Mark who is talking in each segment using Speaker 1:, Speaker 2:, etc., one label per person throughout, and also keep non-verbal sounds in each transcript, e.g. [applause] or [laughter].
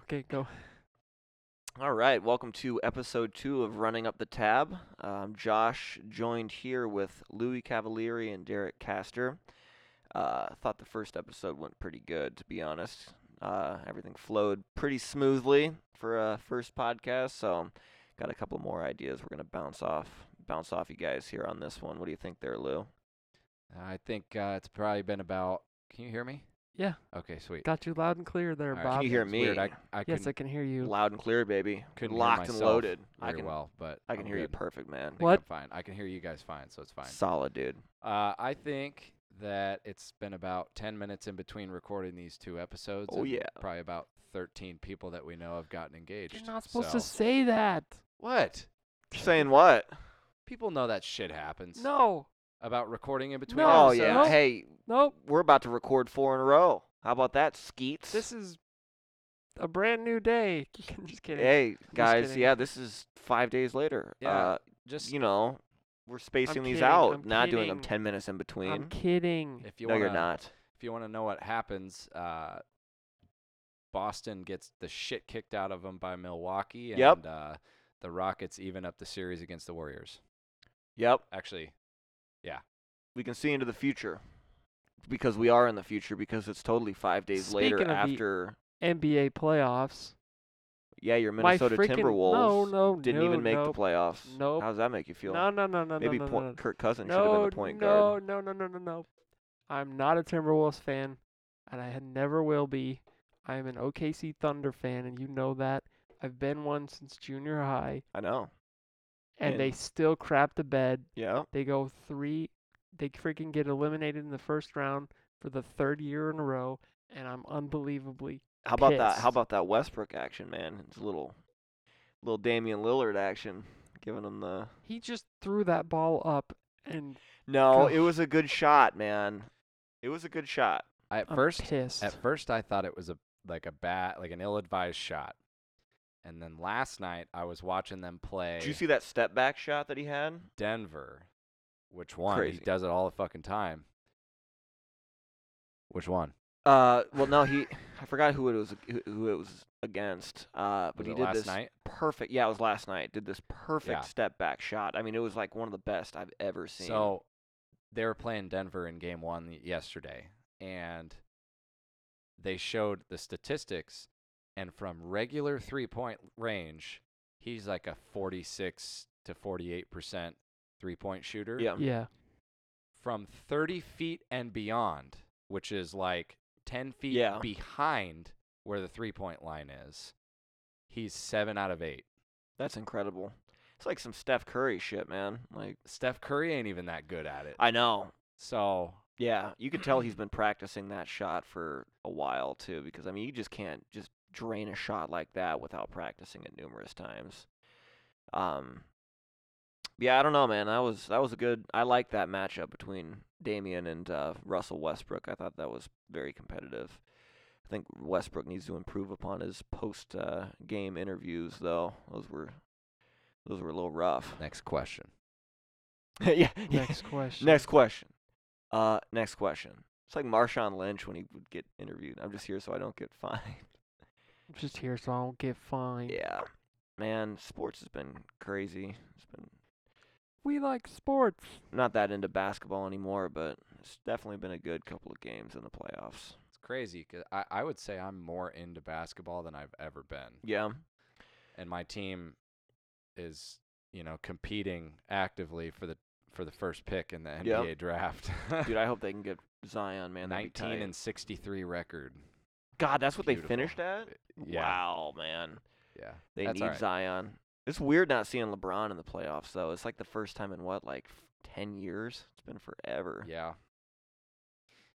Speaker 1: Okay,
Speaker 2: [laughs]
Speaker 1: go.
Speaker 2: All right, welcome to episode two of Running Up the Tab. Um, Josh joined here with Louis Cavalieri and Derek Castor. Uh, thought the first episode went pretty good, to be honest. Uh, everything flowed pretty smoothly for a first podcast, so got a couple more ideas we're gonna bounce off, bounce off you guys here on this one. What do you think there, Lou?
Speaker 3: I think uh, it's probably been about. Can you hear me?
Speaker 1: Yeah.
Speaker 3: Okay, sweet.
Speaker 1: Got you loud and clear there,
Speaker 3: All right.
Speaker 1: Bob.
Speaker 2: Can you hear
Speaker 3: It's weird,
Speaker 2: me?
Speaker 3: I, I
Speaker 1: yes,
Speaker 3: couldn't,
Speaker 1: I can hear you.
Speaker 2: Loud and clear, baby.
Speaker 3: couldn't hear
Speaker 2: Locked and
Speaker 3: myself
Speaker 2: loaded. I
Speaker 3: very
Speaker 2: can,
Speaker 3: well, but
Speaker 2: I can
Speaker 3: I'm
Speaker 2: hear you
Speaker 3: good.
Speaker 2: perfect, man.
Speaker 3: I think I'm
Speaker 1: What?
Speaker 3: fine. I can hear you guys fine, so it's fine.
Speaker 2: Solid, dude.
Speaker 3: Uh, I think that it's been about 10 minutes in between recording these two episodes.
Speaker 2: Oh,
Speaker 3: and
Speaker 2: yeah.
Speaker 3: Probably about 13 people that we know have gotten engaged.
Speaker 1: You're not supposed to
Speaker 3: so-
Speaker 1: say that.
Speaker 3: What?
Speaker 2: Saying what?
Speaker 3: People know that shit happens.
Speaker 1: No.
Speaker 3: About recording in between
Speaker 1: No,
Speaker 2: oh
Speaker 3: episodes.
Speaker 2: yeah.
Speaker 1: no.
Speaker 2: Hey,
Speaker 1: Nope.
Speaker 2: we're about to record four in a row. How about that, Skeets?
Speaker 1: This is a brand new day. [laughs] I'm just kidding.
Speaker 2: hey guys,
Speaker 1: kidding.
Speaker 2: yeah, this is five days later.
Speaker 3: Yeah,
Speaker 2: Uh,
Speaker 3: Just
Speaker 2: you know, we're spacing these
Speaker 1: kidding,
Speaker 2: out,
Speaker 1: I'm
Speaker 2: not doing them
Speaker 1: kidding.
Speaker 2: ten minutes in between.
Speaker 1: I'm kidding.
Speaker 3: if you
Speaker 2: no,
Speaker 3: want
Speaker 2: you're
Speaker 3: to
Speaker 2: not.
Speaker 3: if you want to know what happens, uh, Boston gets the shit kicked out of them by Milwaukee, and
Speaker 2: Yep.
Speaker 3: uh, the Rockets even up the series against the Warriors.
Speaker 2: Yep,
Speaker 3: Actually,
Speaker 2: we can see into the future because we are in the future because it's totally five days later
Speaker 1: Speaking of the-
Speaker 2: after.
Speaker 1: NBA playoffs.
Speaker 2: Yeah, your
Speaker 1: My
Speaker 2: Minnesota
Speaker 1: freaking-
Speaker 2: Timberwolves
Speaker 1: no, no,
Speaker 2: didn't
Speaker 1: no,
Speaker 2: even make the
Speaker 1: nope,
Speaker 2: playoffs.
Speaker 1: nope.
Speaker 2: How does that make you feel?
Speaker 1: No, no, no, no,
Speaker 2: Maybe
Speaker 1: no, no,
Speaker 2: point,
Speaker 1: no, no.
Speaker 2: Kurt Cousins should have
Speaker 1: no,
Speaker 2: been the point
Speaker 1: no,
Speaker 2: guard.
Speaker 1: no, no, no, no, no. I'm not a Timberwolves fan, and I had- never will be. I am an OKC Thunder fan, and you know that. I've been one since junior high,
Speaker 2: I know.
Speaker 1: and
Speaker 2: Yeah.
Speaker 1: they still crap the bed.
Speaker 2: Yeah.
Speaker 1: They go three, they freaking get eliminated in the first round for the third year in a row, and I'm unbelievably.
Speaker 2: How about that?
Speaker 1: pissed.
Speaker 2: How about that Westbrook action, man? It's a little, little Damian Lillard action, giving him the.
Speaker 1: He just threw that ball up, and
Speaker 2: No,
Speaker 1: Gosh.
Speaker 2: it was a good shot, man. It was a good shot.
Speaker 3: I, at
Speaker 1: I'm
Speaker 3: first,
Speaker 1: pissed.
Speaker 3: at first I thought it was a like a bat, like an ill-advised shot, and then last night I was watching them play
Speaker 2: Did you see that step back shot that he had?
Speaker 3: Denver, which one
Speaker 2: Crazy.
Speaker 3: he does it all the fucking time. Which one?
Speaker 2: Uh, well, no, he. I forgot who it was. who- Who it was against. Uh, but
Speaker 3: Was
Speaker 2: he
Speaker 3: it
Speaker 2: did
Speaker 3: last
Speaker 2: this
Speaker 3: night?
Speaker 2: perfect. Yeah, it was last night. Did this perfect
Speaker 3: Yeah.
Speaker 2: step back shot. I mean, it was like one of the best I've ever seen.
Speaker 3: So they were playing Denver in game one y- yesterday, and they showed the statistics. And from regular three point range, he's like a 46 to 48% three point shooter.
Speaker 2: yeah,
Speaker 3: [laughs]
Speaker 1: yeah,
Speaker 3: From 30 feet and beyond, which is like 10 feet
Speaker 2: Yeah.
Speaker 3: behind where the three point line is, he's seven out of eight.
Speaker 2: that's incredible. It's like some Steph Curry shit, man. Like
Speaker 3: Steph Curry ain't even that good at it.
Speaker 2: I know.
Speaker 3: So
Speaker 2: Yeah, you could tell he's been practicing that shot for a while too, because I mean, you just can't just drain a shot like that without practicing it numerous times. Um, yeah, I don't know, man. That was that was a good. I like that matchup between Damian and uh, Russell Westbrook. I thought that was very competitive. I think Westbrook needs to improve upon his post uh, game interviews, though. Those were those were a little rough. [laughs]
Speaker 3: next question.
Speaker 2: yeah. yeah.
Speaker 1: Next question.
Speaker 2: Next question. Uh, next question. It's like Marshawn Lynch when he would get interviewed. I'm just here so I don't get [laughs] fined.
Speaker 1: I'm just here so I don't get
Speaker 3: Mm.
Speaker 1: fined.
Speaker 2: yeah, man, sports has been crazy. It's been
Speaker 1: We like sports.
Speaker 2: I'm not that into basketball anymore, but it's definitely been a good couple of games in the playoffs.
Speaker 3: It's crazy because I, I would say I'm more into basketball than I've ever been. [laughs]
Speaker 2: Yeah,
Speaker 3: And my team is, you know, competing actively for the for the first pick in the NBA
Speaker 2: Yeah.
Speaker 3: draft.
Speaker 2: dude,
Speaker 3: [laughs]
Speaker 2: I hope they can get Zion, man. That'd be
Speaker 3: 19
Speaker 2: tight.
Speaker 3: and 63 record.
Speaker 2: God, that's what
Speaker 3: Beautiful.
Speaker 2: they finished at.
Speaker 3: Yeah.
Speaker 2: Wow, man,
Speaker 3: Yeah.
Speaker 2: they
Speaker 3: That's
Speaker 2: need
Speaker 3: all right.
Speaker 2: Zion. It's weird not seeing LeBron in the playoffs though. It's like the first time in what, like f- ten years? It's been forever.
Speaker 3: Yeah.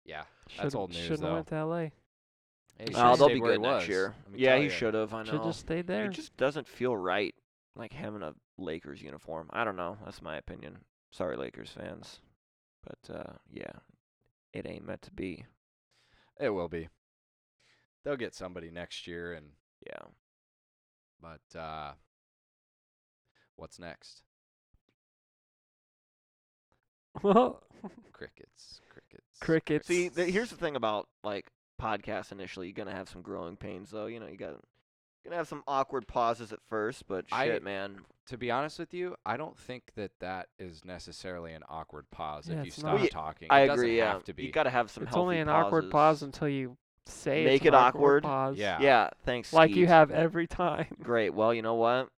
Speaker 3: Yeah.
Speaker 1: Should've,
Speaker 3: That's old news,
Speaker 1: Shouldn't
Speaker 3: though.
Speaker 1: went to LA.
Speaker 3: Hey, he
Speaker 1: Oh,
Speaker 3: should've
Speaker 2: Oh, they'll
Speaker 3: stayed
Speaker 2: be
Speaker 3: where he
Speaker 2: good next
Speaker 3: was,
Speaker 2: year.
Speaker 3: let me
Speaker 2: Yeah,
Speaker 3: tell
Speaker 2: he
Speaker 3: ya.
Speaker 2: should have. I
Speaker 1: Should
Speaker 2: know.
Speaker 1: just stay there.
Speaker 2: It just doesn't feel right, like having a Lakers uniform. I don't know. That's my opinion. Sorry, Lakers fans, but uh, yeah, it ain't meant to be.
Speaker 3: It will be. They'll get somebody next year, and
Speaker 2: Yeah.
Speaker 3: but uh, what's next?
Speaker 1: [laughs] well,
Speaker 3: Crickets. Crickets.
Speaker 1: Crickets.
Speaker 2: See, th- here's the thing about like podcasts. Initially, you're gonna have some growing pains, though. You know, you got Gonna have some awkward pauses at first, but
Speaker 3: I-
Speaker 2: shit, man.
Speaker 3: To be honest with you, I don't think that that is necessarily an awkward pause
Speaker 1: Yeah,
Speaker 3: if you
Speaker 1: it's not.
Speaker 3: stop
Speaker 1: Well,
Speaker 3: talking.
Speaker 2: I
Speaker 3: it doesn't
Speaker 2: agree. Yeah,
Speaker 3: have to be.
Speaker 2: you gotta have some.
Speaker 1: it's only
Speaker 2: healthy
Speaker 1: an awkward pause
Speaker 2: pauses.
Speaker 1: until you say
Speaker 2: Make
Speaker 1: it's an
Speaker 2: it awkward.
Speaker 1: awkward. Pause.
Speaker 3: Yeah.
Speaker 2: Yeah, thanks.
Speaker 1: Like you
Speaker 2: Skeet.
Speaker 1: have every time. [laughs]
Speaker 2: Great. Well, you know what?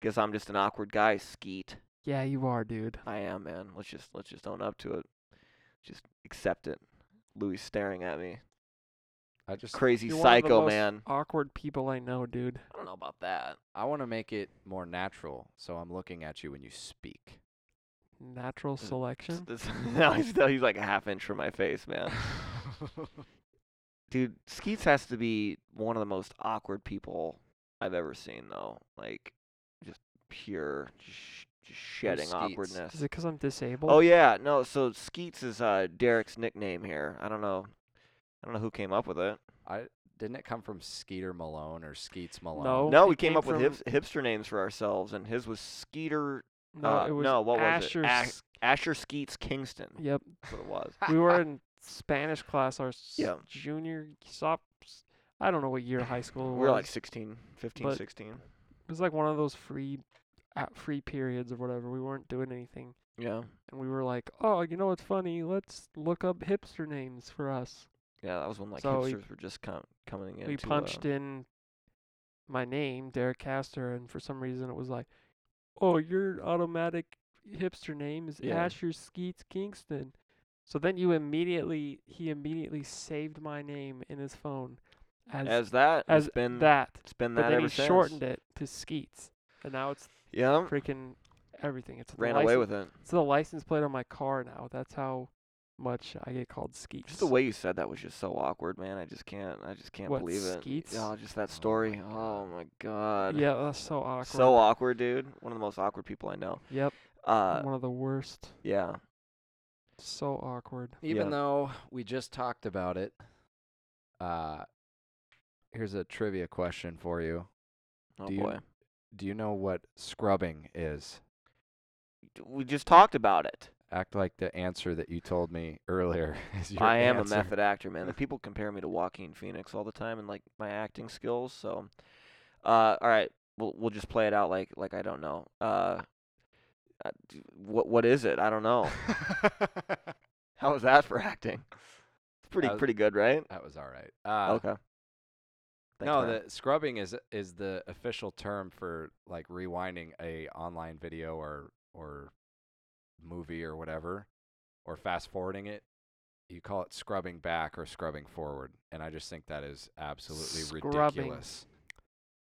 Speaker 2: Guess I'm just an awkward guy, Skeet.
Speaker 1: Yeah, you are, dude.
Speaker 2: I am, man. Let's just let's just own up to it. Just accept it. Louis staring at me.
Speaker 3: I just
Speaker 2: Crazy
Speaker 1: You're one of the
Speaker 2: psycho,
Speaker 1: most
Speaker 2: man.
Speaker 1: Awkward people I know, dude.
Speaker 2: I don't know about that.
Speaker 3: I want to make it more natural, so I'm looking at you when you speak.
Speaker 2: [laughs]
Speaker 1: Natural
Speaker 2: Is it-
Speaker 1: selection.
Speaker 2: [laughs] This- now he's now he's like a half inch from my
Speaker 1: [laughs]
Speaker 2: face, man. Dude, Skeets has to be one of the most awkward people I've ever seen, though. Like, just pure, sh- just shedding
Speaker 3: Skeets?
Speaker 2: awkwardness.
Speaker 1: Is it because I'm disabled?
Speaker 2: Oh yeah, no. So Skeets is uh, Derek's nickname here. I don't know. I don't know who came up with it.
Speaker 3: I didn't it come from Skeeter Malone or Skeets Malone?
Speaker 1: No. Oh,
Speaker 2: no,
Speaker 1: it
Speaker 2: we came
Speaker 1: came
Speaker 2: up with
Speaker 1: from-
Speaker 2: hips, hipster names for ourselves, and his was Skeeter.
Speaker 1: No,
Speaker 2: uh,
Speaker 1: it was
Speaker 2: no, what
Speaker 1: Asher's.
Speaker 2: was it? Ash- Asher Skeets Kingston. [laughs]
Speaker 1: Yep.
Speaker 2: That's what it was.
Speaker 1: We were in Spanish class our s-
Speaker 2: Yeah.
Speaker 1: junior sop I don't know what year of high school it
Speaker 2: we
Speaker 1: was.
Speaker 2: were like 16, 15,
Speaker 1: But-
Speaker 2: 16.
Speaker 1: it was like one of those free uh, free periods or whatever. We weren't doing anything.
Speaker 2: Yeah.
Speaker 1: And we were like, oh, you know what's funny? Let's look up hipster names for us.
Speaker 2: Yeah, that was when like
Speaker 1: So we-
Speaker 2: hipsters were just com- coming in.
Speaker 1: we
Speaker 2: to,
Speaker 1: punched
Speaker 2: uh,
Speaker 1: in my name, Derek Castor, and for some reason it was like, "Oh, your automatic hipster name is
Speaker 2: Yeah.
Speaker 1: Asher Skeets Kingston." So then you immediately he immediately saved my name in his phone as as,
Speaker 2: as that. it's been
Speaker 1: that,
Speaker 2: It's been
Speaker 1: but
Speaker 2: that
Speaker 1: then
Speaker 2: ever
Speaker 1: he
Speaker 2: since.
Speaker 1: shortened it to Skeets, and now it's
Speaker 2: Yeah.
Speaker 1: freaking everything. It's the
Speaker 2: Ran
Speaker 1: license,
Speaker 2: away with it.
Speaker 1: It's the license plate on my car now. That's how much I get called Skeets.
Speaker 2: Just the way you said that was just so awkward, man. I just can't. I just can't
Speaker 1: What,
Speaker 2: believe it.
Speaker 1: Skeets?
Speaker 2: Oh, just that
Speaker 3: my
Speaker 2: story.
Speaker 3: God.
Speaker 2: Oh my god.
Speaker 1: yeah, that's so awkward.
Speaker 2: So awkward, dude. One of the most awkward people I know.
Speaker 1: Yep,
Speaker 2: Uh,
Speaker 1: one of the worst.
Speaker 2: yeah.
Speaker 1: So awkward.
Speaker 3: Even
Speaker 2: Yeah.
Speaker 3: though we just talked about it, uh, here's a trivia question for you.
Speaker 2: Oh
Speaker 3: Do you-
Speaker 2: boy.
Speaker 3: Do you know what scrubbing is?
Speaker 2: D- We just talked about it.
Speaker 3: Act like the answer that you told me earlier [laughs] is your
Speaker 2: I am
Speaker 3: answer.
Speaker 2: a method actor, man.
Speaker 3: [laughs]
Speaker 2: The people compare me to Joaquin Phoenix all the time and like my acting skills. So, uh, all right, we'll we'll just play it out like like I don't know. Uh, uh, d- what what is it? I don't
Speaker 3: [laughs]
Speaker 2: know. How is that for acting? It's pretty
Speaker 3: Uh,
Speaker 2: pretty good, right?
Speaker 3: that was all right. Uh,
Speaker 2: okay. Thanks,
Speaker 3: no,
Speaker 2: man.
Speaker 3: the scrubbing is is the official term for like rewinding a online video or or movie or whatever, or fast forwarding it. You call it scrubbing back or scrubbing forward, and I just think that is absolutely
Speaker 1: Scrubbing.
Speaker 3: ridiculous.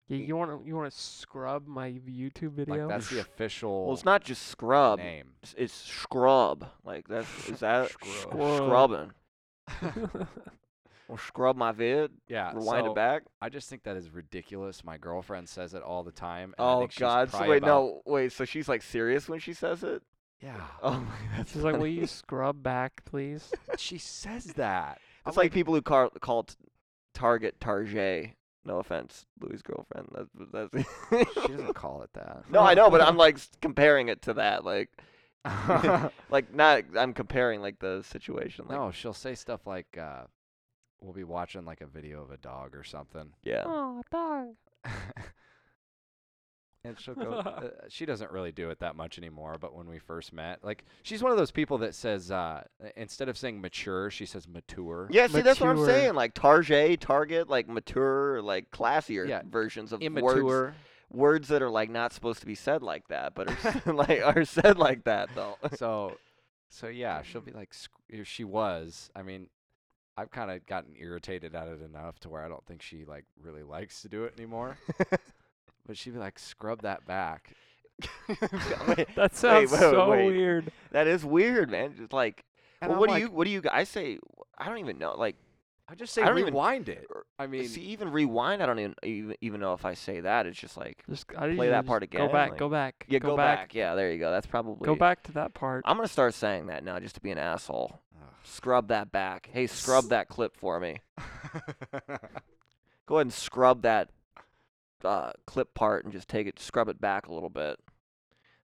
Speaker 1: Yeah, you want to you want to scrub my YouTube video?
Speaker 3: Like that's the official
Speaker 2: well, it's not just scrub.
Speaker 3: name. [laughs]
Speaker 2: It's, it's scrub. Like that's is that
Speaker 3: Scrub.
Speaker 2: scr- scrubbing?
Speaker 1: that's
Speaker 2: Well, scrub my vid.
Speaker 3: Yeah,
Speaker 2: Rewind
Speaker 3: Uh, so
Speaker 2: it back.
Speaker 3: I just think that is ridiculous. My girlfriend says it all the time. and I
Speaker 2: Oh
Speaker 3: think she's
Speaker 2: God! So
Speaker 3: probably
Speaker 2: wait,
Speaker 3: about-
Speaker 2: [laughs] no, wait. So she's like serious when she says it.
Speaker 3: Yeah,
Speaker 2: [laughs] Oh my,
Speaker 1: [laughs]
Speaker 2: that's
Speaker 1: She's like, will
Speaker 2: [laughs] funny.
Speaker 1: you scrub back, please?
Speaker 3: she says that. I'm
Speaker 2: It's like people who car- call t- Target Target. No offense, Louis' girlfriend. That's, that's [laughs]
Speaker 3: she doesn't call it that.
Speaker 2: no,
Speaker 3: [laughs]
Speaker 2: I know, but I'm like s- comparing it to that. Like, [laughs] like not. I'm comparing like the situation. Like,
Speaker 3: no, she'll say stuff like, uh, "We'll be watching like a video of a dog or something,"
Speaker 2: [laughs] Yeah.
Speaker 1: oh, dog.
Speaker 3: and she'll [laughs] go. uh, she doesn't really do it that much anymore. But when we first met, like she's one of those people that says uh, i- instead of saying mature, she says mature.
Speaker 2: Yeah, see, that's what I'm
Speaker 1: Mature.
Speaker 2: saying. Like Target, Target, like mature, like classier
Speaker 3: Yeah,
Speaker 2: versions of words,
Speaker 3: [laughs] immature.
Speaker 2: words that are like not supposed to be said like that, but are
Speaker 3: [laughs]
Speaker 2: [laughs] s- like are said like that though.
Speaker 3: so, so yeah, she'll be like, sc- if she was. I mean, I've kind of gotten irritated at it enough to where I don't think she like really likes to do it [laughs] anymore. but she'd be like, "Scrub that back."
Speaker 2: [laughs]
Speaker 3: [laughs]
Speaker 2: Wait,
Speaker 1: That sounds
Speaker 2: wait,
Speaker 1: so
Speaker 2: wait.
Speaker 1: weird.
Speaker 2: that is weird, man. Just like,
Speaker 3: And
Speaker 2: well,
Speaker 3: I'm
Speaker 2: what
Speaker 3: like,
Speaker 2: do you? What do you? g- I say, I don't even know. Like,
Speaker 3: I just say
Speaker 2: I don't even-
Speaker 3: rewind it.
Speaker 2: er,
Speaker 3: I mean,
Speaker 2: see, even rewind. I don't even, even even know if I say that. It's just like,
Speaker 1: Just I
Speaker 2: Play
Speaker 1: usually
Speaker 2: that part
Speaker 1: just
Speaker 2: again,
Speaker 1: Go back.
Speaker 2: like-
Speaker 1: go back.
Speaker 2: yeah, go, back. Yeah, there you go. That's probably
Speaker 1: Go back to that part.
Speaker 2: I'm gonna start saying that now, just to be an asshole.
Speaker 3: Ugh.
Speaker 2: Scrub that back. Hey, scrub
Speaker 3: S-
Speaker 2: that clip for me. [laughs] Go ahead and scrub that uh, clip part and just take it, scrub it back a little bit.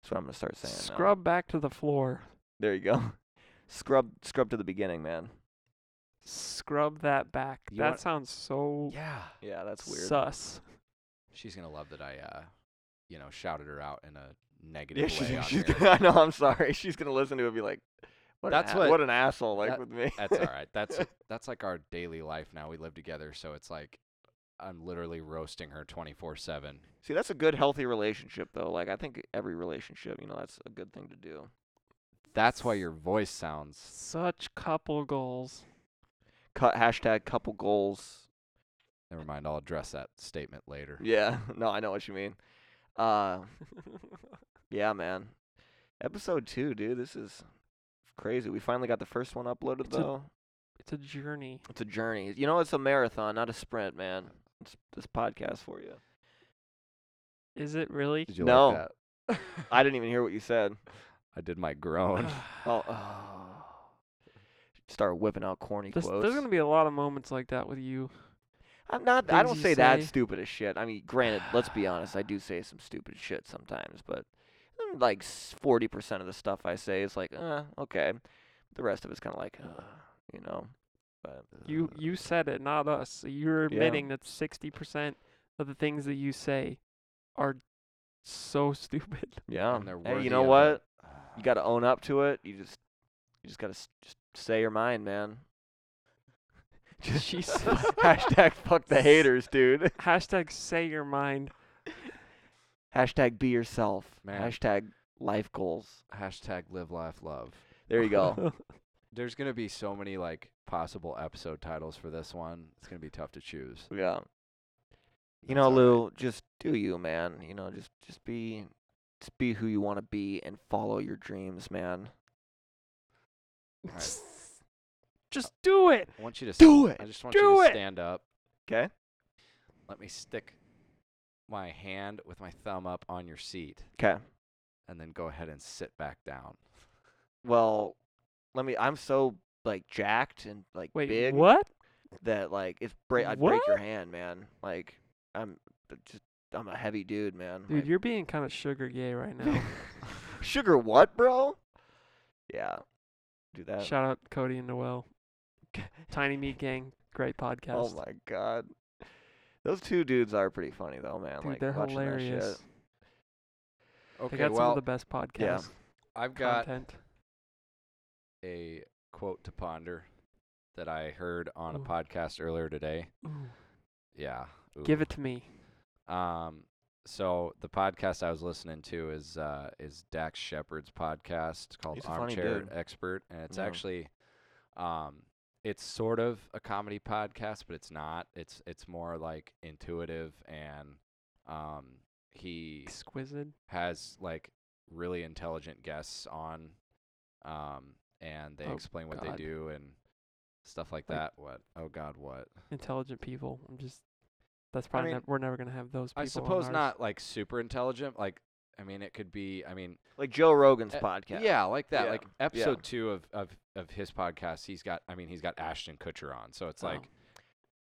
Speaker 2: That's what I'm gonna start saying. now.
Speaker 1: Scrub back to the floor.
Speaker 2: There you go. [laughs] Scrub, scrub to the beginning, man.
Speaker 1: Scrub that back.
Speaker 3: You
Speaker 1: that
Speaker 3: want-
Speaker 1: sounds so
Speaker 3: yeah.
Speaker 2: Yeah, that's weird.
Speaker 1: sus.
Speaker 3: [laughs] She's gonna love that I, uh, you know, shouted her out in a
Speaker 2: Yeah,
Speaker 3: negative
Speaker 2: she's, [laughs]
Speaker 3: way. on
Speaker 2: she's
Speaker 3: here.
Speaker 2: gonna, I know. I'm sorry. She's gonna listen to it and be like, "What?
Speaker 3: That's
Speaker 2: an, a-
Speaker 3: what-
Speaker 2: what an asshole!" Like
Speaker 3: that-
Speaker 2: with me.
Speaker 3: That's
Speaker 2: [laughs]
Speaker 3: all right. That's that's like our daily life now. We live together, so it's like I'm literally roasting her 24 seven.
Speaker 2: See, that's a good, healthy relationship, though. Like, I think every relationship, you know, that's a good thing to do.
Speaker 3: That's why your voice sounds.
Speaker 1: Such couple goals. [laughs]
Speaker 2: Cut hashtag couple goals.
Speaker 3: Never mind. I'll address that statement later.
Speaker 2: Yeah, [laughs] no, I know what you mean. Uh, yeah, man. Episode two, dude. This is crazy. We finally got the first one uploaded,
Speaker 1: It's a-
Speaker 2: though.
Speaker 1: it's a journey.
Speaker 2: It's a journey. You know, it's a marathon, not a sprint, man. It's this podcast for you.
Speaker 1: Is it really?
Speaker 3: Did you
Speaker 2: No.
Speaker 3: like that?
Speaker 2: [laughs] I didn't even hear what you said.
Speaker 3: [laughs] I did
Speaker 1: [sighs]
Speaker 2: [laughs]
Speaker 3: my groan.
Speaker 2: Oh, oh. start whipping out corny
Speaker 1: There's,
Speaker 2: quotes.
Speaker 1: there's gonna be a lot of moments like that with you.
Speaker 2: I'm not. I
Speaker 1: things
Speaker 2: don't
Speaker 1: you
Speaker 2: say that
Speaker 1: say.
Speaker 2: stupid as shit. I mean, granted, let's be honest. I do say some stupid shit sometimes, but mm, like forty percent of the stuff I say is like, uh, okay. The rest of it's kind of like, uh, you know. But uh,
Speaker 1: You you said it, not us. So you're
Speaker 2: Yeah.
Speaker 1: admitting that sixty percent of the things that you say are so [laughs] stupid.
Speaker 2: yeah.
Speaker 3: and they're
Speaker 2: Hey,
Speaker 3: worthy
Speaker 2: you know
Speaker 3: of
Speaker 2: what?
Speaker 3: it.
Speaker 2: You got to own up to it. You just, you just gotta s- just say your mind, man.
Speaker 1: [laughs]
Speaker 2: Just
Speaker 1: Jesus.
Speaker 2: [laughs] hashtag fuck the haters, dude.
Speaker 1: Hashtag say your mind.
Speaker 2: Hashtag be yourself.
Speaker 3: Man.
Speaker 2: Hashtag life goals.
Speaker 3: Hashtag live, laugh, love.
Speaker 2: There you go.
Speaker 3: There's gonna be so many like possible episode titles for this one. It's gonna be tough to choose.
Speaker 2: yeah. You
Speaker 3: That's
Speaker 2: know,
Speaker 3: all right.
Speaker 2: Lou, just do you, man. You know, just just be just be who you want to be and follow your dreams, man.
Speaker 3: Alright.
Speaker 1: [laughs] Just do it.
Speaker 3: I want you to
Speaker 2: Do
Speaker 3: st-
Speaker 2: it.
Speaker 3: I just want
Speaker 1: Do
Speaker 3: you to
Speaker 1: it.
Speaker 3: stand up.
Speaker 2: 'Kay.
Speaker 3: Let me stick my hand with my thumb up on your seat,
Speaker 2: Okay.
Speaker 3: and then go ahead and sit back down.
Speaker 2: Well, let me I'm so like jacked and like
Speaker 1: Wait,
Speaker 2: big
Speaker 1: what?
Speaker 2: that like it's break I'd break your
Speaker 1: What?
Speaker 2: hand, man. Like I'm but just I'm a heavy dude, man.
Speaker 1: Dude,
Speaker 2: Like-
Speaker 1: you're being kind of sugar gay right [laughs] now.
Speaker 2: [laughs] Sugar what, bro? Yeah. Do that.
Speaker 1: Shout out Cody and Noel. Tiny Meat Gang, great podcast.
Speaker 2: Oh my god. Those two dudes are pretty funny though, man.
Speaker 1: Dude,
Speaker 2: like
Speaker 1: they're
Speaker 2: watching that shit.
Speaker 1: hilarious. They
Speaker 3: Okay,
Speaker 1: got some
Speaker 3: well,
Speaker 1: of the best podcast
Speaker 3: I've got
Speaker 1: content.
Speaker 3: a quote to ponder that I heard on a
Speaker 1: Ooh.
Speaker 3: podcast earlier today.
Speaker 1: Ooh.
Speaker 3: Yeah.
Speaker 1: Give
Speaker 3: ooh.
Speaker 1: it to me.
Speaker 3: Um, so the podcast I was listening to is uh, is Dax Shepard's podcast called
Speaker 2: He's a funny
Speaker 3: Armchair
Speaker 2: dude.
Speaker 3: Expert, and it's
Speaker 2: Yeah.
Speaker 3: actually, um, it's sort of a comedy podcast, but it's not. It's it's more like intuitive, and um, he
Speaker 1: Exquisite.
Speaker 3: has like really intelligent guests on, um, and they
Speaker 1: Oh,
Speaker 3: explain what
Speaker 1: God.
Speaker 3: they do and stuff like
Speaker 1: Like-
Speaker 3: that. What? Oh God, what?
Speaker 1: intelligent people. I'm just that's probably
Speaker 3: mean,
Speaker 1: nev- we're never gonna have those. People
Speaker 3: I
Speaker 1: on
Speaker 3: suppose
Speaker 1: ours.
Speaker 3: not like super intelligent. Like, I mean, it could be. I mean.
Speaker 2: Like Joe Rogan's
Speaker 1: Eh,
Speaker 3: Uh,
Speaker 2: podcast.
Speaker 3: Yeah, like that.
Speaker 2: Yeah.
Speaker 3: Like
Speaker 2: Yeah.
Speaker 3: episode two of, of of his podcast, he's got. I mean, he's got Ashton Kutcher on, so it's
Speaker 1: Oh.
Speaker 3: like,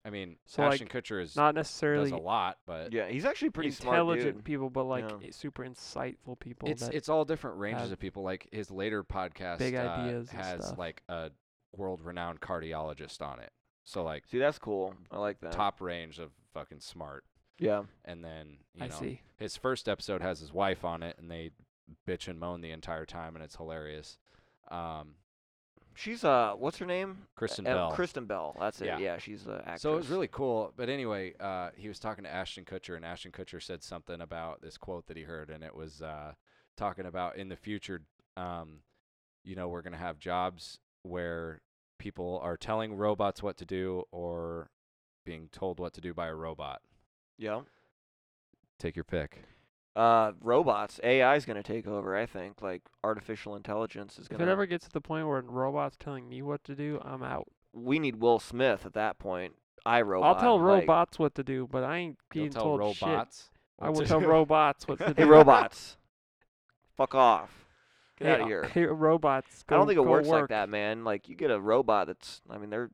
Speaker 3: I mean,
Speaker 1: So, like,
Speaker 3: Ashton Kutcher is
Speaker 1: Not
Speaker 3: does
Speaker 1: necessarily
Speaker 3: a lot, but
Speaker 2: Yeah, he's actually pretty smart
Speaker 1: intelligent
Speaker 2: dude.
Speaker 1: people, but like
Speaker 2: Yeah.
Speaker 1: i- super insightful people.
Speaker 3: it's
Speaker 1: that
Speaker 3: it's all different ranges
Speaker 1: have
Speaker 3: of people. Like his later podcast,
Speaker 1: big
Speaker 3: uh,
Speaker 1: ideas and
Speaker 3: has
Speaker 1: stuff.
Speaker 3: like a world-renowned cardiologist on it. So like
Speaker 2: See, that's cool. I like that.
Speaker 3: top range of fucking smart,
Speaker 2: Yeah.
Speaker 3: and then you
Speaker 1: I
Speaker 3: know
Speaker 1: see.
Speaker 3: his first episode has his wife on it, and they bitch and moan the entire time, and it's hilarious. Um,
Speaker 2: She's uh what's her name?
Speaker 3: Kristen
Speaker 2: Uh,
Speaker 3: Bell.
Speaker 2: Kristen Bell. That's it.
Speaker 3: Yeah.
Speaker 2: Yeah, she's the actress.
Speaker 3: So it was really cool. But anyway, uh, he was talking to Ashton Kutcher, and Ashton Kutcher said something about this quote that he heard, and it was uh, talking about in the future, um, you know, we're going to have jobs where people are telling robots what to do or being told what to do by a robot.
Speaker 2: Yeah.
Speaker 3: Take your pick.
Speaker 2: Uh robots. AI's gonna take over, I think. Like artificial intelligence is
Speaker 1: if
Speaker 2: gonna
Speaker 1: it ever gets to the point where a robots telling me what to do, I'm out.
Speaker 2: we need Will Smith at that point. I robot.
Speaker 1: I'll tell
Speaker 2: like,
Speaker 1: robots what to do, but I ain't
Speaker 3: You'll
Speaker 1: being
Speaker 3: tell
Speaker 1: told shit.
Speaker 3: robots.
Speaker 1: I
Speaker 3: what
Speaker 1: will
Speaker 3: to [laughs]
Speaker 1: tell
Speaker 3: do.
Speaker 1: robots what to do.
Speaker 2: Hey
Speaker 1: [laughs]
Speaker 2: robots. Fuck off. Get
Speaker 1: Hey,
Speaker 2: out
Speaker 1: uh,
Speaker 2: of here.
Speaker 1: [laughs] Hey robots.
Speaker 2: I
Speaker 1: go-
Speaker 2: don't think it
Speaker 1: go
Speaker 2: works like
Speaker 1: work.
Speaker 2: that, man. Like you get a robot that's I mean they're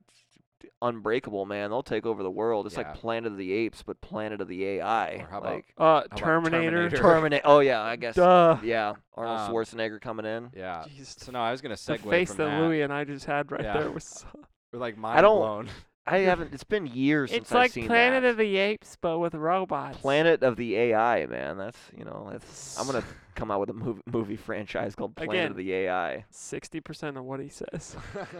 Speaker 2: unbreakable, man. They'll take over the world. It's
Speaker 3: Yeah.
Speaker 2: like Planet of the Apes, but Planet of the AI.
Speaker 3: Or
Speaker 1: [laughs]
Speaker 3: how about
Speaker 2: like
Speaker 1: Uh,
Speaker 3: about
Speaker 1: Terminator.
Speaker 3: Terminator?
Speaker 2: Terminator. Oh yeah, I guess.
Speaker 1: Duh.
Speaker 2: Yeah, Arnold
Speaker 3: Um,
Speaker 2: Schwarzenegger coming in.
Speaker 3: Yeah.
Speaker 1: Jeez,
Speaker 3: So no, I was going to
Speaker 1: the
Speaker 3: segue
Speaker 1: face
Speaker 3: from
Speaker 1: that
Speaker 3: that.
Speaker 1: Louis and I just had right
Speaker 3: Yeah.
Speaker 1: there was. so-
Speaker 3: We're like mind
Speaker 2: I don't-
Speaker 3: blown.
Speaker 2: I haven't. It's been years since
Speaker 1: It's like
Speaker 2: I've seen
Speaker 1: Planet
Speaker 2: that.
Speaker 1: of the Apes, but with robots.
Speaker 2: Planet of the AI, man. That's you know, that's [laughs] I'm
Speaker 3: [laughs]
Speaker 2: gonna [sighs] come out with a movie, movie franchise called Planet of
Speaker 1: Again.
Speaker 2: the
Speaker 3: [sighs]
Speaker 2: AI.
Speaker 1: Sixty percent of what he says. [laughs]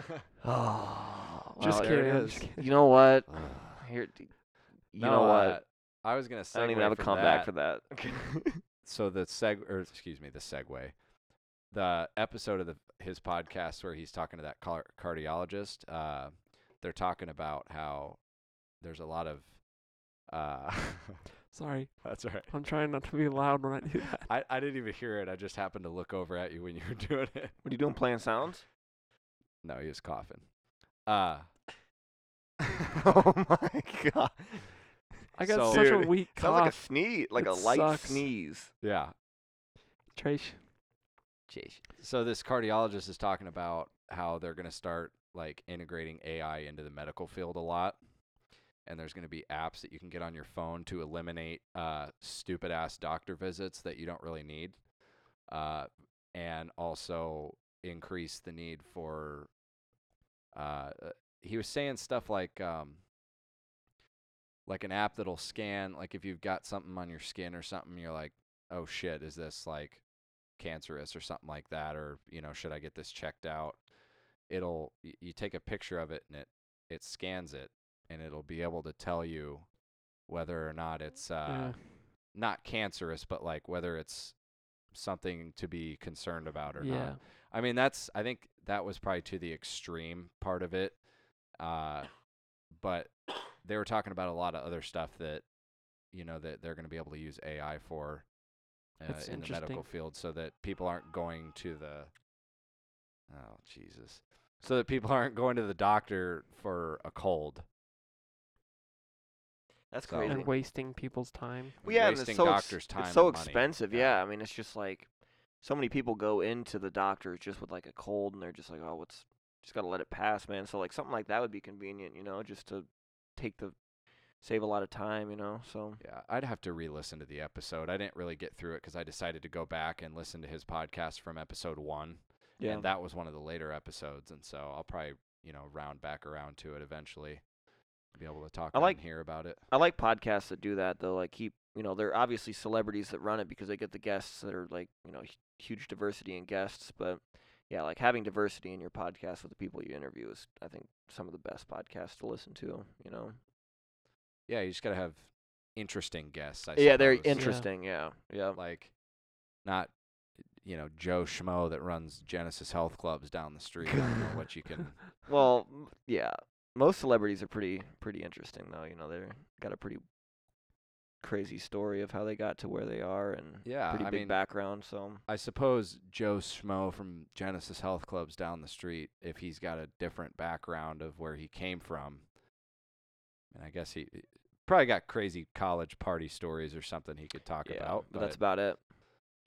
Speaker 2: Oh,
Speaker 1: Just
Speaker 2: well,
Speaker 3: [laughs] there it
Speaker 1: kidding. I'm
Speaker 3: is.
Speaker 1: just kidding.
Speaker 2: You know what? Here, d- you
Speaker 3: No,
Speaker 2: know what?
Speaker 3: uh, I was gonna.
Speaker 2: I don't even
Speaker 3: segue
Speaker 2: have a
Speaker 3: from
Speaker 2: comeback
Speaker 3: that.
Speaker 2: for [laughs] that.
Speaker 3: so the seg or excuse me the segue the episode of the, his podcast where he's talking to that car- cardiologist uh, they're talking about how there's a lot of uh, [laughs]
Speaker 1: Sorry,
Speaker 2: [laughs]
Speaker 3: that's all right
Speaker 1: I'm trying not to be loud when I do that.
Speaker 3: I, I didn't even hear it i just happened to look over at you when you were [laughs] doing it
Speaker 2: what are you doing? Playing sounds?
Speaker 3: no he was coughing uh,
Speaker 2: [laughs] oh my god!
Speaker 1: I got
Speaker 3: So-
Speaker 1: such
Speaker 2: Dude,
Speaker 1: a weak
Speaker 2: Sounds like a
Speaker 1: cough.
Speaker 2: sneeze, like
Speaker 1: It
Speaker 2: a light
Speaker 1: sucks.
Speaker 2: sneeze.
Speaker 3: yeah
Speaker 1: Trash.
Speaker 3: so this cardiologist is talking about how they're going to start like integrating AI into the medical field a lot, and there's going to be apps that you can get on your phone to eliminate uh, stupid ass doctor visits that you don't really need, uh, and also increase the need for. Uh, uh, he was saying stuff like. Um, like an app that'll scan like if you've got something on your skin or something you're like oh shit is this like cancerous or something like that or you know should i get this checked out it'll y- you take a picture of it and it it scans it and it'll be able to tell you whether or not it's uh
Speaker 1: Yeah.
Speaker 3: not cancerous but like whether it's something to be concerned about or
Speaker 1: yeah.
Speaker 3: not I mean, that's I think that was probably to the extreme part of it, uh, but they were talking about a lot of other stuff that you know that they're going to be able to use AI for uh,
Speaker 1: That's
Speaker 3: in the medical
Speaker 1: interesting.
Speaker 3: field, so that people aren't going to the oh Jesus, so that people [laughs] aren't going to the doctor for a cold.
Speaker 2: That's
Speaker 3: So-
Speaker 2: crazy.
Speaker 1: And wasting people's time.
Speaker 2: Well, yeah, and
Speaker 3: wasting
Speaker 2: it's so ex-
Speaker 3: doctors' time
Speaker 2: It's so
Speaker 3: and money.
Speaker 2: expensive.
Speaker 3: Yeah.
Speaker 2: Yeah. I mean, it's just like so many people go into the doctors just with like a cold, and they're just like, "Oh, what's just gotta let it pass, man." So like something like that would be convenient, you know, just to take the save a lot of time, you know. So
Speaker 3: Yeah, I'd have to re-listen to the episode. I didn't really get through it because I decided to go back and listen to his podcast from episode one. and that was one of the later episodes and so i'll probably you know round back around to it eventually be able to talk
Speaker 2: I
Speaker 3: I
Speaker 2: like-
Speaker 3: and hear about it
Speaker 2: I like podcasts that do that though. Like keep, you know, they're obviously celebrities that run it because they get the guests that are like, you know, hu- huge diversity in guests. But yeah, like having diversity in your podcast with the people you interview is, I think, some of the best podcasts to listen to. You know.
Speaker 3: yeah you just gotta have interesting guests I
Speaker 2: yeah, they're
Speaker 3: suppose.
Speaker 2: interesting. Yeah, yeah.
Speaker 3: [laughs] like not you know joe schmo that runs genesis health clubs down the street i don't know
Speaker 2: [laughs]
Speaker 3: what you can
Speaker 2: Well, m- yeah. Most celebrities are pretty pretty interesting though. You know, they're got a pretty crazy story of how they got to where they are and
Speaker 3: Yeah,
Speaker 2: pretty
Speaker 3: I
Speaker 2: big
Speaker 3: mean,
Speaker 2: background. So
Speaker 3: i suppose joe schmo from genesis health clubs down the street if he's got a different background of where he came from and i guess he probably got crazy college party stories or something he could talk
Speaker 2: yeah,
Speaker 3: about
Speaker 2: but that's about it.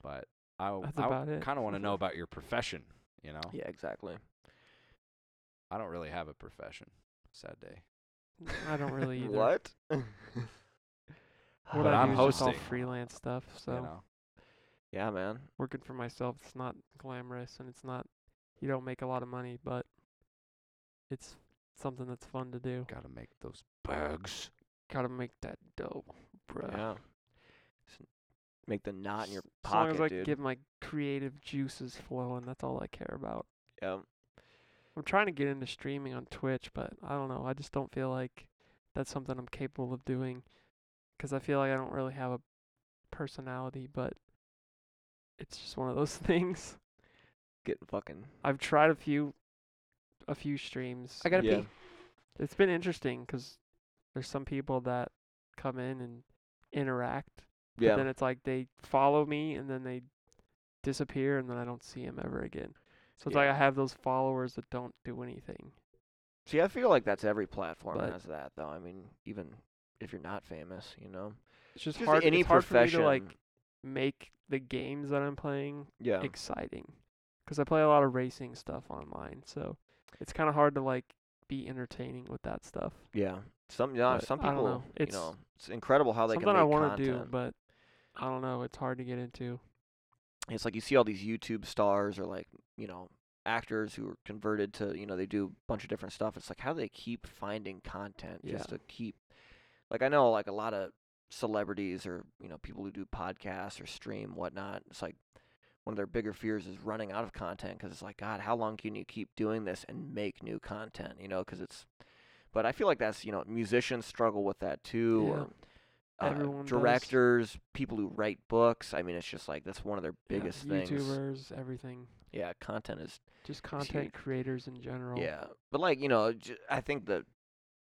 Speaker 3: but I, w-
Speaker 1: That's
Speaker 3: I
Speaker 1: about it.
Speaker 3: kind of want
Speaker 1: [laughs]
Speaker 3: to know about your profession. You know,
Speaker 2: Yeah, exactly.
Speaker 3: I don't really have a profession. Sad day.
Speaker 1: [laughs] I don't really either.
Speaker 2: What? [laughs]
Speaker 1: What
Speaker 3: But
Speaker 1: I
Speaker 3: I'm
Speaker 1: do is just all
Speaker 3: hosting.
Speaker 1: freelance stuff, so
Speaker 3: You know,
Speaker 2: [laughs] Yeah, man.
Speaker 1: working for myself. It's not glamorous, and it's not you don't make a lot of money, but it's something that's fun to do.
Speaker 3: gotta make those bags.
Speaker 1: Gotta make that dough, bro.
Speaker 2: Yeah. Just make the knot in your
Speaker 1: as
Speaker 2: pocket,
Speaker 1: long as I
Speaker 2: dude.
Speaker 1: get my creative juices flowing, that's all I care about.
Speaker 2: yeah.
Speaker 1: I'm trying to get into streaming on Twitch, but I don't know. I just don't feel like that's something I'm capable of doing because I feel like I don't really have a personality, but it's just one of those [laughs] things.
Speaker 2: Getting fucking.
Speaker 1: I've tried a few a few streams.
Speaker 3: I gotta
Speaker 2: yeah.
Speaker 3: pee.
Speaker 1: It's been interesting cuz there's some people that come in and interact, but
Speaker 2: Yeah.
Speaker 1: then it's like they follow me and then they disappear and then I don't see them ever again. So it's like
Speaker 2: Yeah.
Speaker 1: I have those followers that don't do anything.
Speaker 2: See, I feel like that's every platform
Speaker 1: But-
Speaker 2: has that, though. I mean, even if you're not famous, you know.
Speaker 1: It's just,
Speaker 2: Just
Speaker 1: hard.
Speaker 2: any
Speaker 1: it's hard for me
Speaker 2: profession.
Speaker 1: to like make the games that I'm playing
Speaker 2: yeah.
Speaker 1: exciting. 'Cause exciting because I play a lot of racing stuff online. So it's kind of hard to like be entertaining with that stuff.
Speaker 2: yeah. Some yeah,
Speaker 1: but
Speaker 2: some
Speaker 1: I don't
Speaker 2: people,
Speaker 1: know. It's
Speaker 2: you know, it's incredible how they
Speaker 1: Something
Speaker 2: can
Speaker 1: I
Speaker 2: make
Speaker 1: want to
Speaker 2: content.
Speaker 1: do, but I don't know. It's hard to get into.
Speaker 2: it's like you see all these YouTube stars or like, you know, actors who are converted to you know they do a bunch of different stuff. It's like how do they keep finding content just
Speaker 1: Yeah.
Speaker 2: to keep like I know like a lot of celebrities or you know people who do podcasts or stream whatnot. It's like one of their bigger fears is running out of content because it's like God, how long can you keep doing this and make new content? You know, because it's but I feel like that's you know musicians struggle with that too
Speaker 1: Yeah.
Speaker 2: or uh,
Speaker 1: Everyone does.
Speaker 2: directors, people who write books. I mean, it's just like that's one of their
Speaker 1: Yeah,
Speaker 2: biggest things.
Speaker 1: YouTubers, everything,
Speaker 2: Yeah, content is
Speaker 1: just content
Speaker 2: huge.
Speaker 1: creators in general.
Speaker 2: yeah, but like you know, j- I think that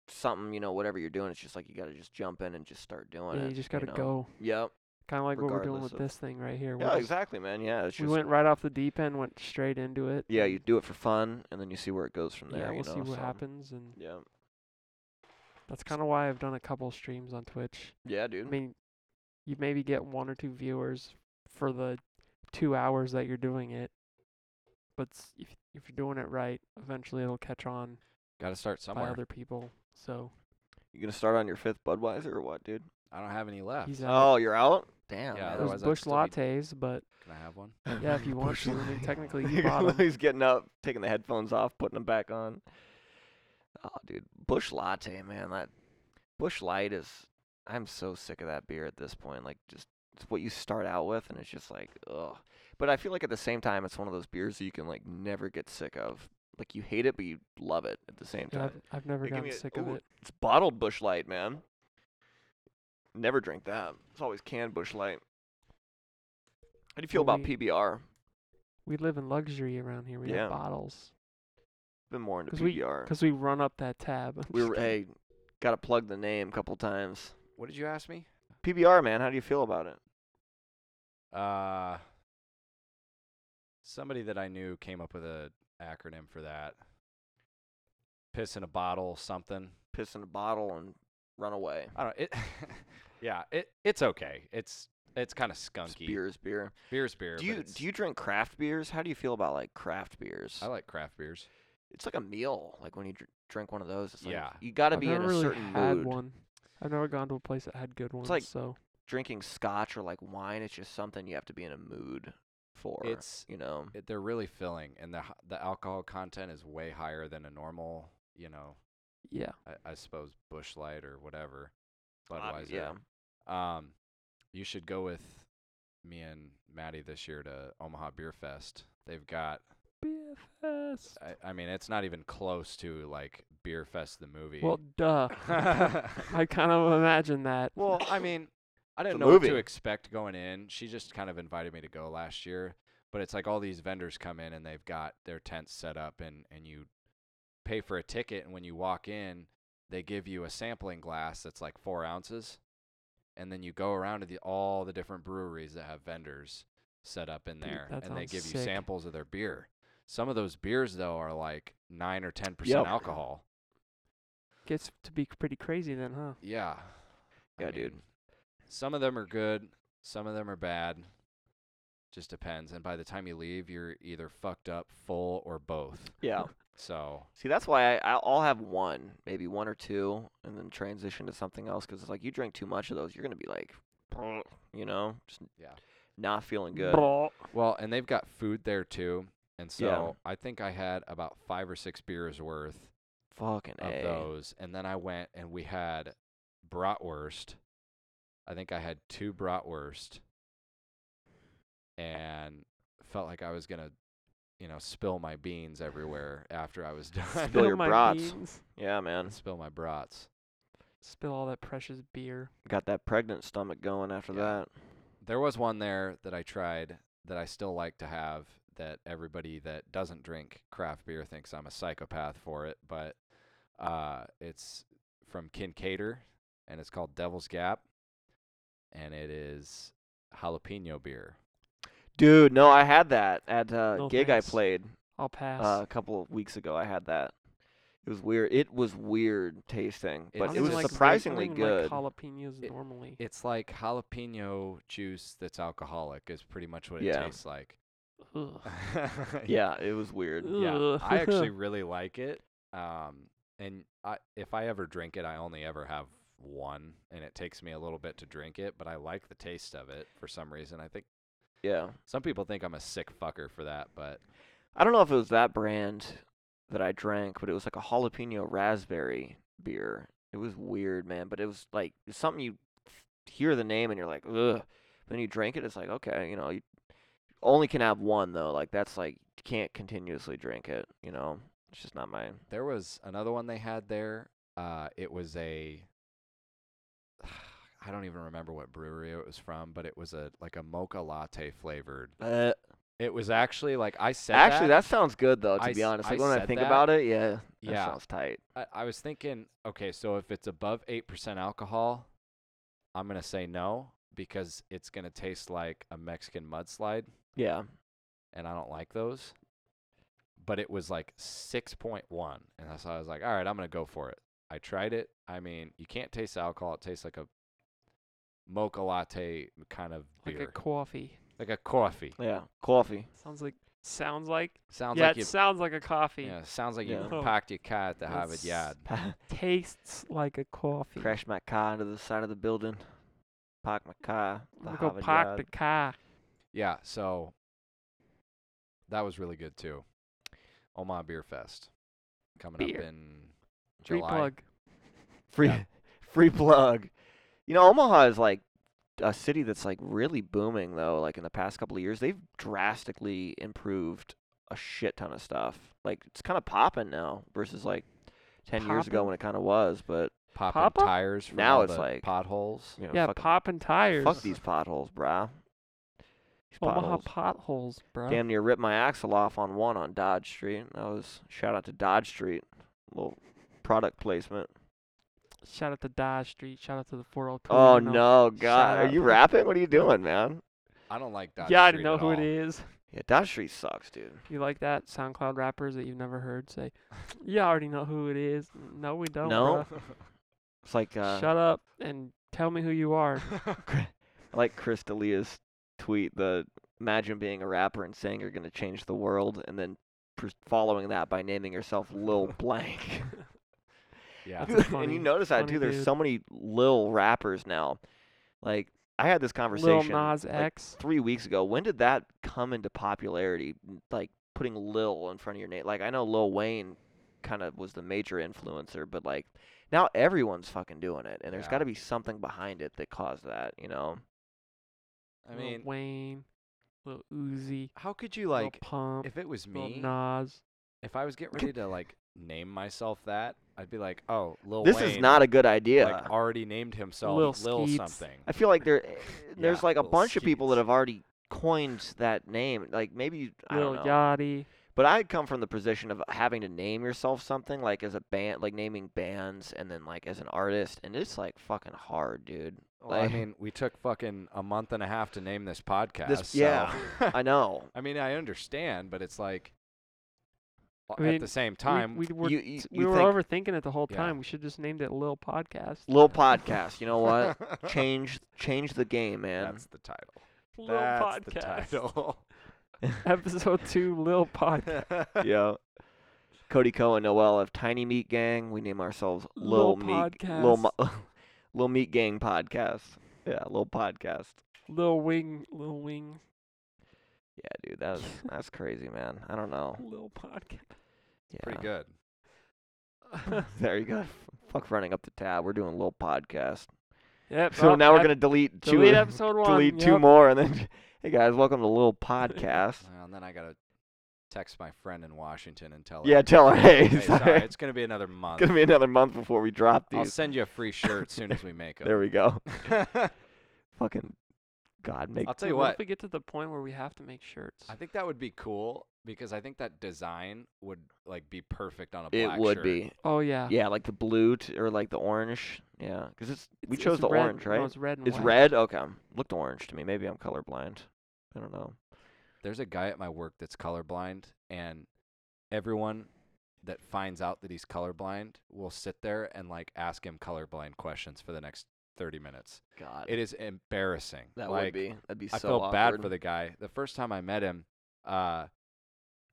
Speaker 2: something you know, whatever you're doing, it's just like you got to just jump in and just start doing
Speaker 1: Yeah,
Speaker 2: it.
Speaker 1: you just gotta
Speaker 2: know?
Speaker 1: go.
Speaker 2: Yep.
Speaker 1: Kind of like what we're doing with
Speaker 2: regardless of-
Speaker 1: this thing right here. We're
Speaker 2: Yeah,
Speaker 1: just-
Speaker 2: exactly, man. Yeah, it's
Speaker 1: We
Speaker 2: just
Speaker 1: went right off the deep end, went straight into it.
Speaker 2: yeah,
Speaker 1: and
Speaker 2: you do it for fun, and then you see where it goes from there.
Speaker 1: yeah,
Speaker 2: you
Speaker 1: we'll
Speaker 2: know,
Speaker 1: see what
Speaker 2: so,
Speaker 1: happens, and
Speaker 2: Yeah.
Speaker 1: that's kind of why I've done a couple streams on Twitch.
Speaker 2: Yeah,
Speaker 1: I
Speaker 2: dude.
Speaker 1: mean, you maybe get one or two viewers for the two hours that you're doing it, but s- if if you're doing it right, eventually it'll catch on
Speaker 3: Got to start
Speaker 1: by
Speaker 3: somewhere.
Speaker 1: other people. So
Speaker 2: You gonna start on your fifth Budweiser or what, dude?
Speaker 3: I don't have any left.
Speaker 1: he's out.
Speaker 2: Oh, you're out. Damn.
Speaker 3: Yeah,
Speaker 2: man.
Speaker 1: There's
Speaker 3: otherwise I'd
Speaker 1: bush
Speaker 3: still be-
Speaker 1: lattes, but
Speaker 3: Can I have one?
Speaker 1: yeah, if you
Speaker 2: [laughs]
Speaker 1: want to, I mean, technically you
Speaker 2: Look at
Speaker 1: bought 'em.
Speaker 2: He's getting up, taking the headphones off, putting them back on. Oh, dude, Bush Latte, man, that Bush Light is. I'm so sick of that beer at this point. Like, just it's what you start out with, and it's just like, ugh. But I feel like at the same time, it's one of those beers that you can like never get sick of. Like you hate it, but you love it at the same
Speaker 1: yeah,
Speaker 2: time.
Speaker 1: I've, I've never
Speaker 2: Hey, give
Speaker 1: gotten
Speaker 2: me a-
Speaker 1: sick of
Speaker 2: ooh.
Speaker 1: it.
Speaker 2: It's bottled Bush Light, man. Never drink that. It's always canned Bush Light. How do you feel
Speaker 1: Well,
Speaker 2: about
Speaker 1: we-
Speaker 2: PBR?
Speaker 1: We live in luxury around here. We
Speaker 2: Yeah.
Speaker 1: have bottles
Speaker 2: Been more into
Speaker 1: 'Cause we-
Speaker 2: PBR.
Speaker 1: because we run up that tab. [laughs]
Speaker 2: We were, hey, got to plug the name a couple times.
Speaker 3: What did you ask me?
Speaker 2: PBR, man, how do you feel about it?
Speaker 3: Uh, somebody that I knew came up with a acronym for that. Piss in a bottle, something.
Speaker 2: Piss in a bottle and run away.
Speaker 3: I don't. It. [laughs] yeah. It. It's okay. It's. It's kind of
Speaker 2: It's
Speaker 3: skunky.
Speaker 2: Beer is beer.
Speaker 3: Beer's beer.
Speaker 2: Do
Speaker 3: but
Speaker 2: you
Speaker 3: it's-
Speaker 2: do you drink craft beers? How do you feel about like craft beers?
Speaker 3: I like craft beers.
Speaker 2: It's like a meal. Like when you dr- drink one of those, it's like
Speaker 3: Yeah.
Speaker 2: you got to
Speaker 1: I've
Speaker 2: be in
Speaker 1: never
Speaker 2: a
Speaker 1: really
Speaker 2: certain
Speaker 1: had
Speaker 2: mood.
Speaker 1: one. I've never gone to a place that had good ones.
Speaker 2: like-
Speaker 1: so
Speaker 2: Drinking scotch or like wine, it's just something you have to be in a mood for.
Speaker 3: It's-
Speaker 2: you know,
Speaker 3: It, they're really filling, and the h- the alcohol content is way higher than a normal. You know,
Speaker 1: yeah,
Speaker 3: I, I suppose Bush Light or whatever.
Speaker 2: Ob-
Speaker 3: Budweiser.
Speaker 2: yeah.
Speaker 3: Um, you should go with me and Maddie this year to Omaha Beer Fest. They've got,
Speaker 1: BFS.
Speaker 3: I, I mean, it's not even close to like Beer Fest the movie. [laughs]
Speaker 1: Well, [laughs] duh. I kind of imagine that. [laughs]
Speaker 3: well, I mean, I didn't
Speaker 2: a
Speaker 3: know what to
Speaker 2: movie.
Speaker 3: expect going in. She just kind of invited me to go last year, but it's like all these vendors come in and they've got their tents set up, and and you pay for a ticket, and when you walk in, they give you a sampling glass that's like four ounces, and then you go around to the all the different breweries that have vendors set up in
Speaker 1: Dude,
Speaker 3: there,
Speaker 1: that
Speaker 3: and they
Speaker 1: sounds
Speaker 3: give you
Speaker 1: sick.
Speaker 3: samples of their beer. Some of those beers though are like nine or ten
Speaker 2: Yep.
Speaker 3: percent alcohol.
Speaker 1: Gets to be pretty crazy then, huh?
Speaker 3: Yeah. I
Speaker 2: Yeah, dude.
Speaker 3: mean, Some of them are good, some of them are bad. Just depends. And by the time you leave, you're either fucked up, full, or both.
Speaker 2: yeah.
Speaker 3: So
Speaker 2: See, that's why I, I'll I'll have one, maybe one or two, and then transition to something else. Because it's like you drink too much of those, you're gonna be like, you know, just
Speaker 3: Yeah.
Speaker 2: not feeling good.
Speaker 1: Blah.
Speaker 3: well, and they've got food there too. And so
Speaker 2: Yeah.
Speaker 3: I think I had about five or six beers worth
Speaker 2: Fucking
Speaker 3: of
Speaker 2: A.
Speaker 3: those. And then I went and we had bratwurst. I think I had two bratwurst and felt like I was going to, you know, spill my beans everywhere after I was [laughs] done.
Speaker 2: [laughs] Spill your
Speaker 1: my
Speaker 2: brats.
Speaker 1: beans.
Speaker 2: Yeah, man,
Speaker 3: and spill my brats.
Speaker 1: Spill all that precious beer.
Speaker 2: got that pregnant stomach going after
Speaker 3: Yeah.
Speaker 2: that.
Speaker 3: There was one there that I tried that I still like to have that everybody that doesn't drink craft beer thinks I'm a psychopath for it, but uh, it's from Kincaider and it's called Devil's Gap and it is jalapeno beer.
Speaker 2: Dude, no, I had that at uh,
Speaker 1: No
Speaker 2: gig
Speaker 1: thanks.
Speaker 2: I played
Speaker 1: I'll pass.
Speaker 2: uh, a couple of weeks ago. I had that. It was weird. It was weird tasting,
Speaker 3: It
Speaker 1: I
Speaker 2: but
Speaker 1: don't
Speaker 2: it
Speaker 1: even
Speaker 2: was
Speaker 1: like, I don't
Speaker 2: surprisingly
Speaker 1: even
Speaker 2: good.
Speaker 1: Like jalapenos
Speaker 3: It-
Speaker 1: normally.
Speaker 3: It's like jalapeno juice that's alcoholic is pretty much what it
Speaker 2: Yeah.
Speaker 3: tastes like. [laughs]
Speaker 1: Ugh.
Speaker 2: yeah, it was weird.
Speaker 3: yeah,
Speaker 1: Ugh.
Speaker 3: I actually really like it. Um, and I, if I ever drink it, I only ever have one, and it takes me a little bit to drink it. But I like the taste of it for some reason. I think
Speaker 2: Yeah.
Speaker 3: some people think I'm a sick fucker for that, but
Speaker 2: I don't know if it was that brand that I drank, but it was like a jalapeno raspberry beer. It was weird, man, but it was like it's something you hear the name and you're like, ugh. Then you drink it, it's like okay, you know, you only can have one though. Like that's like you can't continuously drink it. You know, it's just not mine.
Speaker 3: There was another one they had there. Uh, it was a [sighs] I don't even remember what brewery it was from, but it was a like a mocha latte flavored.
Speaker 2: Uh,
Speaker 3: It was actually like I said
Speaker 2: actually,
Speaker 3: that,
Speaker 2: that sounds good though. To
Speaker 3: I
Speaker 2: be
Speaker 3: s-
Speaker 2: honest,
Speaker 3: I
Speaker 2: like when I
Speaker 3: said
Speaker 2: think
Speaker 3: that.
Speaker 2: about it, yeah, that
Speaker 3: Yeah.
Speaker 2: sounds tight.
Speaker 3: I, I was thinking, okay, so if it's above eight percent alcohol, I'm gonna say no because it's gonna taste like a Mexican mudslide,
Speaker 2: Yeah,
Speaker 3: and I don't like those. But it was like six point one, and that's why I was like, all right, I'm gonna go for it. I tried it. I mean, you can't taste alcohol. It tastes like a mocha latte kind of
Speaker 1: Like
Speaker 3: beer,
Speaker 1: a coffee.
Speaker 3: like a coffee.
Speaker 2: yeah,
Speaker 3: [laughs]
Speaker 2: coffee.
Speaker 1: Sounds like sounds like
Speaker 3: Sounds
Speaker 1: yeah,
Speaker 3: like
Speaker 1: it
Speaker 3: you.
Speaker 1: sounds like a coffee.
Speaker 3: Yeah, sounds like
Speaker 2: Yeah.
Speaker 3: you parked your car at the Harvard
Speaker 1: That's-
Speaker 3: Yard.
Speaker 1: Tastes like a coffee.
Speaker 2: Crashed my car into the side of the building. Park my car. The
Speaker 1: I'm gonna go
Speaker 2: Harvard
Speaker 1: park
Speaker 2: yard.
Speaker 1: the car.
Speaker 3: Yeah, so that was really good too. Omaha Beer Fest coming
Speaker 1: Beer.
Speaker 3: up in
Speaker 1: Free
Speaker 3: July.
Speaker 1: plug.
Speaker 2: free
Speaker 3: Yeah.
Speaker 2: [laughs] free plug. You know, Omaha is like a city that's like really booming though. Like in the past couple of years, they've drastically improved a shit ton of stuff. Like it's kind of popping now versus like ten years ago
Speaker 1: Poppin'?
Speaker 2: when it kind of was. But
Speaker 3: Popping
Speaker 1: Papa?
Speaker 3: tires for
Speaker 2: Now
Speaker 3: all
Speaker 2: it's
Speaker 3: the
Speaker 2: like-
Speaker 3: potholes.
Speaker 2: you know,
Speaker 1: Yeah,
Speaker 2: fucking-
Speaker 1: popping tires.
Speaker 2: fuck these potholes, brah. These
Speaker 1: Omaha
Speaker 2: potholes.
Speaker 1: potholes, bro.
Speaker 2: Damn near ripped my axle off on one on Dodge Street. That was shout out to Dodge Street. Little product placement.
Speaker 1: Shout out to Dodge Street. Shout out to the 402.
Speaker 2: Oh
Speaker 1: you know.
Speaker 2: no, God, are
Speaker 1: out. [laughs]
Speaker 2: you rapping? What are you doing, man?
Speaker 3: I don't like Dodge
Speaker 1: Yeah, I
Speaker 3: Street
Speaker 1: don't know
Speaker 3: at
Speaker 1: who it
Speaker 3: all.
Speaker 1: is.
Speaker 2: Yeah, Dodge Street sucks, dude.
Speaker 1: You like that? SoundCloud rappers that you've never heard say, "Yeah, I already know who it is." No, we don't.
Speaker 2: No.
Speaker 1: bruh.
Speaker 2: [laughs] It's like uh, [laughs]
Speaker 1: Shut up and tell me who you are.
Speaker 2: I like Chris D'Elia's tweet. The imagine being a rapper and saying you're gonna change the world, and then pr- following that by naming yourself
Speaker 1: [laughs]
Speaker 2: Lil Blank.
Speaker 3: yeah.
Speaker 1: That's a
Speaker 2: [laughs] and
Speaker 1: funny-
Speaker 2: you notice that
Speaker 1: funny
Speaker 2: too. There's
Speaker 1: dude.
Speaker 2: so many Lil rappers now. Like I had this
Speaker 1: Lil
Speaker 2: conversation
Speaker 1: Nas
Speaker 2: like,
Speaker 1: X.
Speaker 2: three weeks ago. When did that come into popularity? N- Like putting Lil in front of your name. Like I know Lil Wayne kind of was the major influencer, but like now everyone's fucking doing it, and there's
Speaker 3: Yeah.
Speaker 2: got to be something behind it that caused that. You know?
Speaker 3: I
Speaker 1: Lil
Speaker 3: mean,
Speaker 1: Wayne, Lil Uzi,
Speaker 3: how could you
Speaker 1: like
Speaker 3: like
Speaker 1: Pump,
Speaker 3: if it was
Speaker 1: Lil
Speaker 3: me,
Speaker 1: Nas.
Speaker 3: if I was getting ready to like [laughs] name myself that, I'd be like, "Oh, Lil
Speaker 2: this
Speaker 3: Wayne."
Speaker 2: is not a good idea.
Speaker 3: like already named himself
Speaker 1: Lil Skeets.
Speaker 3: something.
Speaker 2: I feel like there eh, there's
Speaker 3: Yeah,
Speaker 2: like a
Speaker 3: Lil
Speaker 2: bunch of people that
Speaker 3: Skeets.
Speaker 2: have already coined that name. Like maybe you- I
Speaker 1: Lil
Speaker 2: don't know.
Speaker 1: Yachty.
Speaker 2: But I come from the position of having to name yourself something like as a band, like naming bands, and then like as an artist, and it's like fucking hard, dude.
Speaker 3: Well, I
Speaker 2: Like-
Speaker 3: mean, we took fucking a month and a half to name this podcast. so- [laughs]
Speaker 2: yeah. I know.
Speaker 3: I mean, I understand, but it's like
Speaker 1: I
Speaker 3: at
Speaker 1: mean,
Speaker 3: the same
Speaker 1: We-
Speaker 3: time, [laughs]
Speaker 1: we, were
Speaker 2: you- you-
Speaker 1: t-
Speaker 2: you
Speaker 1: we were [laughs]
Speaker 2: think-
Speaker 1: overthinking it the whole
Speaker 3: Yeah.
Speaker 1: time. We should just named it Lil Podcast.
Speaker 2: Little podcast, you know what? change change the game, man.
Speaker 3: That's the title.
Speaker 1: Lil
Speaker 3: That's the
Speaker 1: Podcast.
Speaker 3: title.
Speaker 1: [laughs] Episode two,
Speaker 3: [laughs]
Speaker 1: Lil Podcast. [laughs]
Speaker 2: yeah. Cody Cohen, Noel of Tiny Meat Gang. We name ourselves
Speaker 1: Lil
Speaker 2: Lil Meat Lil,
Speaker 1: Podcast.
Speaker 2: Mo- [laughs] Lil Meat Gang Podcast. Yeah, Lil Podcast.
Speaker 1: Lil Wing, Lil Wing,
Speaker 2: Yeah,
Speaker 1: [laughs]
Speaker 2: dude, that's that's crazy, man. I don't know.
Speaker 1: Lil
Speaker 2: [laughs]
Speaker 1: Podcast. [laughs]
Speaker 2: Yeah.
Speaker 3: Pretty good.
Speaker 2: [laughs] There you go. Fuck running up the tab. We're doing a little podcast.
Speaker 1: yep.
Speaker 2: So
Speaker 1: oh,
Speaker 2: now we're
Speaker 1: ep-
Speaker 2: gonna delete two,
Speaker 1: delete episode one.
Speaker 2: delete two
Speaker 1: yep.
Speaker 2: more, and then [laughs] hey guys, welcome
Speaker 1: [laughs]
Speaker 2: to little podcast.
Speaker 3: Well, and then I gotta text my friend in Washington and tell her.
Speaker 2: yeah, tell her hey,
Speaker 3: "Hey,
Speaker 2: sorry.
Speaker 3: sorry, it's gonna
Speaker 2: [laughs]
Speaker 3: be another month.
Speaker 2: It's gonna be another month before we drop
Speaker 3: I'll
Speaker 2: these.
Speaker 3: send you a free shirt as soon as
Speaker 2: [laughs]
Speaker 3: we make
Speaker 2: There
Speaker 3: them. [laughs]
Speaker 2: we go. Fucking God, make
Speaker 3: I'll tell
Speaker 1: Dude,
Speaker 3: you
Speaker 1: what
Speaker 3: what.
Speaker 1: if we get to the point where we have to make shirts?
Speaker 3: I think that would be cool because I think that design would like be perfect on a
Speaker 2: it
Speaker 3: black
Speaker 2: would
Speaker 3: shirt. Ah.
Speaker 2: be.
Speaker 1: Oh yeah.
Speaker 2: Yeah, like the blue t- or like the orange. Yeah, because it's we
Speaker 1: It's-
Speaker 2: chose
Speaker 1: it's
Speaker 2: the
Speaker 1: red-
Speaker 2: orange, right?
Speaker 1: No, it's red and
Speaker 2: it's
Speaker 1: white.
Speaker 2: red. Okay, looked orange to me. Maybe I'm colorblind. I don't know.
Speaker 3: There's a guy at my work that's colorblind, and everyone that finds out that he's colorblind will sit there and like ask him colorblind questions for the next 30 minutes.
Speaker 2: God,
Speaker 3: It is embarrassing.
Speaker 2: Uh, that would
Speaker 3: Like,
Speaker 2: be. That'd be
Speaker 3: I
Speaker 2: so
Speaker 3: felt bad
Speaker 2: awkward.
Speaker 3: for the guy. The first time I met him, uh,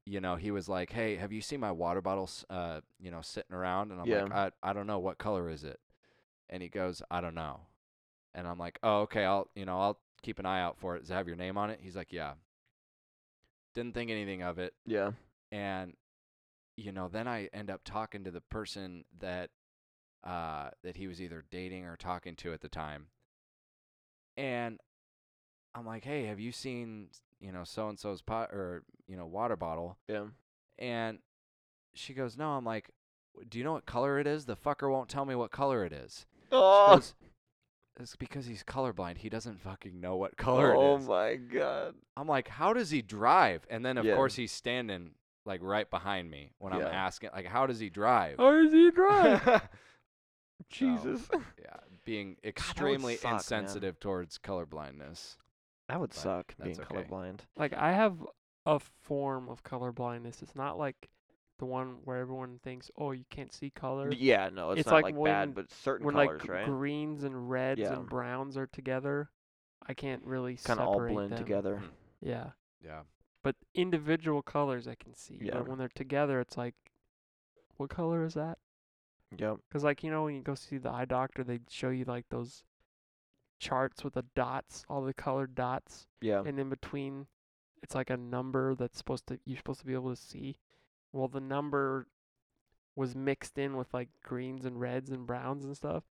Speaker 3: you know, he was like, "Hey, have you seen my water bottles? Uh, you know, sitting around?" And I'm like, "I I don't know what color is it," and he goes, "I don't know," and I'm like, "Oh, okay. I'll you know I'll keep an eye out for it. Does it have your name on it?" He's like, "Yeah." Didn't think anything of it.
Speaker 2: Yeah.
Speaker 3: and you know then i end up talking to the person that uh that he was either dating or talking to at the time and i'm like hey have you seen you know so and so's pot or you know water bottle
Speaker 2: Yeah.
Speaker 3: and she goes no i'm like "W- do you know what color it is the fucker won't tell me what color it is She
Speaker 2: Oh,
Speaker 3: goes, it's because he's colorblind he doesn't fucking know
Speaker 2: [laughs]
Speaker 3: what color
Speaker 2: oh
Speaker 3: it is
Speaker 2: my god.
Speaker 3: I'm like, how does he drive? And then of
Speaker 2: Yeah.
Speaker 3: course he's standing like right behind me when I'm
Speaker 2: Yeah.
Speaker 3: asking, like, how does he drive?
Speaker 1: How does Oh, he
Speaker 2: [laughs]
Speaker 1: drive?
Speaker 2: Right. Jesus.
Speaker 3: [laughs]
Speaker 2: [laughs]
Speaker 3: Yeah, being extremely
Speaker 2: suck, man.
Speaker 3: insensitive towards colorblindness.
Speaker 2: That would
Speaker 3: But
Speaker 2: suck being
Speaker 3: that's okay.
Speaker 2: colorblind.
Speaker 1: like I have a form of colorblindness. It's not like the one where everyone thinks, "Oh, you can't see color."
Speaker 2: Yeah, no, it's,
Speaker 1: It's
Speaker 2: not
Speaker 1: like
Speaker 2: like,
Speaker 1: when-
Speaker 2: bad, but certain
Speaker 1: when
Speaker 2: colors,
Speaker 1: like
Speaker 2: right?
Speaker 1: greens and reds
Speaker 2: Yeah.
Speaker 1: and browns are together, I can't really
Speaker 2: Kind of all
Speaker 1: separate
Speaker 2: blend
Speaker 1: them.
Speaker 2: together.
Speaker 3: Mm.
Speaker 1: Yeah,
Speaker 3: Yeah.
Speaker 1: but individual colors I can see.
Speaker 2: Yeah.
Speaker 1: But when they're together, it's like, what color is that?
Speaker 3: Mm-hmm.
Speaker 2: Yep.
Speaker 1: Because like you know when you go see the eye doctor, they show you like those charts with the dots, all the colored dots,
Speaker 2: Yeah.
Speaker 1: and in between, it's like a number that's supposed to you're supposed to be able to see. Well, the number was mixed in with like greens and reds and browns and stuff.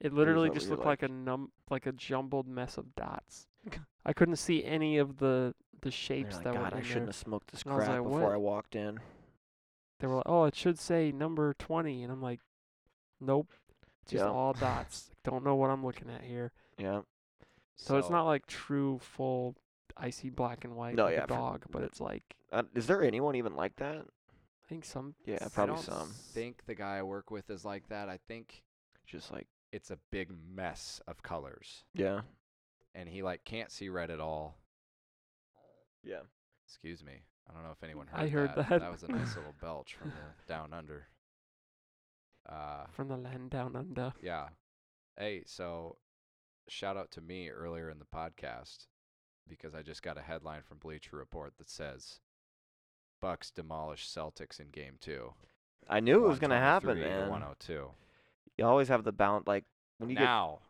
Speaker 1: It literally
Speaker 2: that
Speaker 1: just
Speaker 2: what you
Speaker 1: looked like?
Speaker 2: liked?
Speaker 1: a num like a jumbled mess of dots. [laughs] I couldn't see any of the the
Speaker 2: And you're
Speaker 1: shapes
Speaker 2: like,
Speaker 1: that
Speaker 2: God,
Speaker 1: were
Speaker 2: I
Speaker 1: in
Speaker 2: shouldn't
Speaker 1: there.
Speaker 2: have smoked this
Speaker 1: And I was
Speaker 2: crap
Speaker 1: like,
Speaker 2: before
Speaker 1: "What?"
Speaker 2: I walked in.
Speaker 1: They were like, "Oh, it should say number 20." and I'm like, "Nope, it's just
Speaker 2: Yeah.
Speaker 1: all
Speaker 2: [laughs]
Speaker 1: dots. Don't know what I'm looking at here."
Speaker 2: Yeah.
Speaker 1: So, it's not like true full icy black and white
Speaker 2: No,
Speaker 1: like
Speaker 2: yeah,
Speaker 1: a
Speaker 2: for-
Speaker 1: dog, but
Speaker 2: but-
Speaker 1: it's like
Speaker 2: Uh, is there anyone even like that?
Speaker 1: I think some
Speaker 2: Yeah,
Speaker 1: s-
Speaker 2: probably
Speaker 3: I don't
Speaker 2: some.
Speaker 3: think the guy I work with is like that. I think
Speaker 2: Just like,
Speaker 3: it's a big mess of colors,
Speaker 2: yeah.
Speaker 3: and he like can't see red at all.
Speaker 2: Yeah.
Speaker 3: Excuse me. I don't know if anyone heard.
Speaker 1: I heard
Speaker 3: that.
Speaker 1: that.
Speaker 3: was a nice little belch
Speaker 1: [laughs]
Speaker 3: from the down under. Uh,
Speaker 1: from the land down under. [laughs]
Speaker 3: Yeah. Hey, so shout out to me earlier in the podcast because I just got a headline from Bleacher Report that says Bucks demolish Celtics in game 2.
Speaker 2: I knew it was going to happen,
Speaker 3: 123 to
Speaker 2: man.
Speaker 3: 102.
Speaker 2: You always have the bound, like, when you get.
Speaker 3: now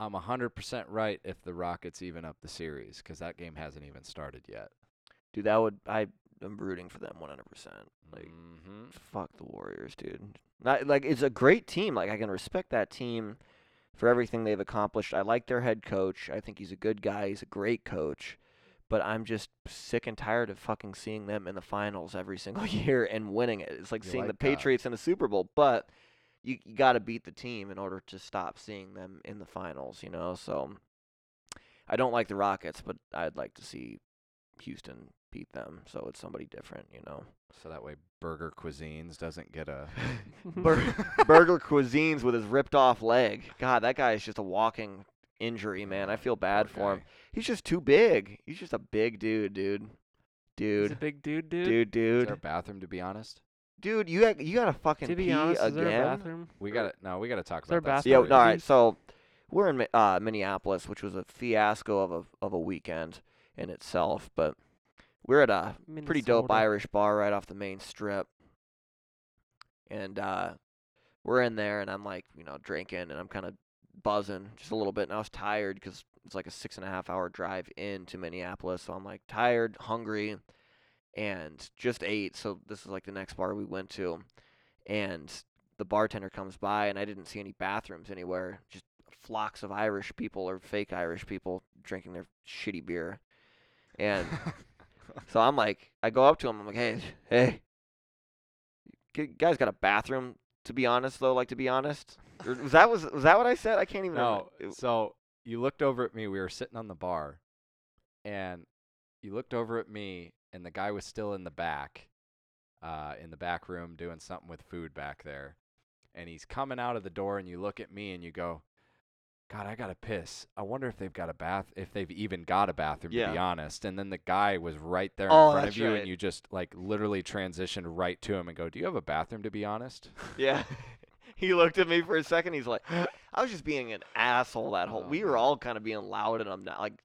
Speaker 3: I'm 100% right if the Rockets even up the series cuz that game hasn't even started yet.
Speaker 2: Dude, that would. I, I'm rooting for them 100%. Like,
Speaker 3: Mhm.
Speaker 2: fuck the Warriors, dude. Not, like it's a great team. Like I can respect that team for everything they've accomplished. I like their head coach. I think he's a good guy. He's a great coach. But I'm just sick and tired of fucking seeing them in the finals every [laughs] single year and winning it. It's like
Speaker 3: You
Speaker 2: seeing the
Speaker 3: like that.
Speaker 2: Patriots in the Super Bowl, but you, you got to beat the team in order to stop seeing them in the finals, you know? So I don't like the Rockets, but I'd like to see Houston beat them. So it's somebody different, you know?
Speaker 3: So that way Burger Cuisines doesn't
Speaker 2: [laughs]
Speaker 3: get a [laughs]
Speaker 2: Burger Cuisines with his ripped off leg. God, that guy is just a walking injury, man. I
Speaker 3: Oh,
Speaker 2: feel bad
Speaker 3: poor
Speaker 2: for him.
Speaker 3: guy.
Speaker 2: He's just too big. He's just a big dude, dude.
Speaker 1: He's a
Speaker 2: Dude.
Speaker 1: big dude, dude.
Speaker 2: Dude,
Speaker 3: Is there a
Speaker 2: dude.
Speaker 3: bathroom to be honest?
Speaker 2: Dude, you got, you got to fucking
Speaker 1: to be
Speaker 2: pee
Speaker 1: honest, is there a
Speaker 2: again.
Speaker 1: bathroom?
Speaker 3: We
Speaker 2: Or-
Speaker 3: got to no, we got to talk
Speaker 1: Is there
Speaker 3: about that.
Speaker 1: a
Speaker 2: Yeah,
Speaker 1: bathroom?
Speaker 3: story.
Speaker 2: no, all right.
Speaker 1: Please.
Speaker 2: So we're in Mi- uh, Minneapolis, which was a fiasco of a of a weekend in itself, but we're at a pretty dope
Speaker 1: Minnesota.
Speaker 2: Irish bar right off the main strip. And uh, we're in there, and I'm like, you know, drinking, and I'm kind of buzzing just a little bit. And I was tired because it's like a six and a half hour drive into Minneapolis. So I'm like tired, hungry, and just ate. So this is like the next bar we went to. And the bartender comes by, and I didn't see any bathrooms anywhere. Just flocks of Irish people or fake Irish people drinking their shitty beer. And so I'm like, I go up to him. I'm like, hey, [laughs] hey, you guys got a bathroom? To be honest, though, like to be honest,
Speaker 3: [laughs]
Speaker 2: Or was that was was that what I said? I [laughs] can't even.
Speaker 3: No.
Speaker 2: remember. It-
Speaker 3: So you looked over at me. We were sitting on the bar, and you looked over at me, and the guy was still in the back, uh, in the back room doing something with food back there, and he's coming out of the door, and you look at me, and you go. God, I gotta piss. I wonder if they've got a bath, if they've even got a bathroom. To be
Speaker 2: Yeah.
Speaker 3: honest, and then the guy was right there in
Speaker 2: Oh,
Speaker 3: front of
Speaker 2: that's
Speaker 3: you,
Speaker 2: right.
Speaker 3: and you just like literally transitioned right to him and go, "Do you have a bathroom?" To be honest,
Speaker 2: Yeah. [laughs] He looked at me for a second. He's like, I was just being an asshole that whole.
Speaker 3: Oh,
Speaker 2: We were
Speaker 3: man.
Speaker 2: all kind of being loud, and I'm not like,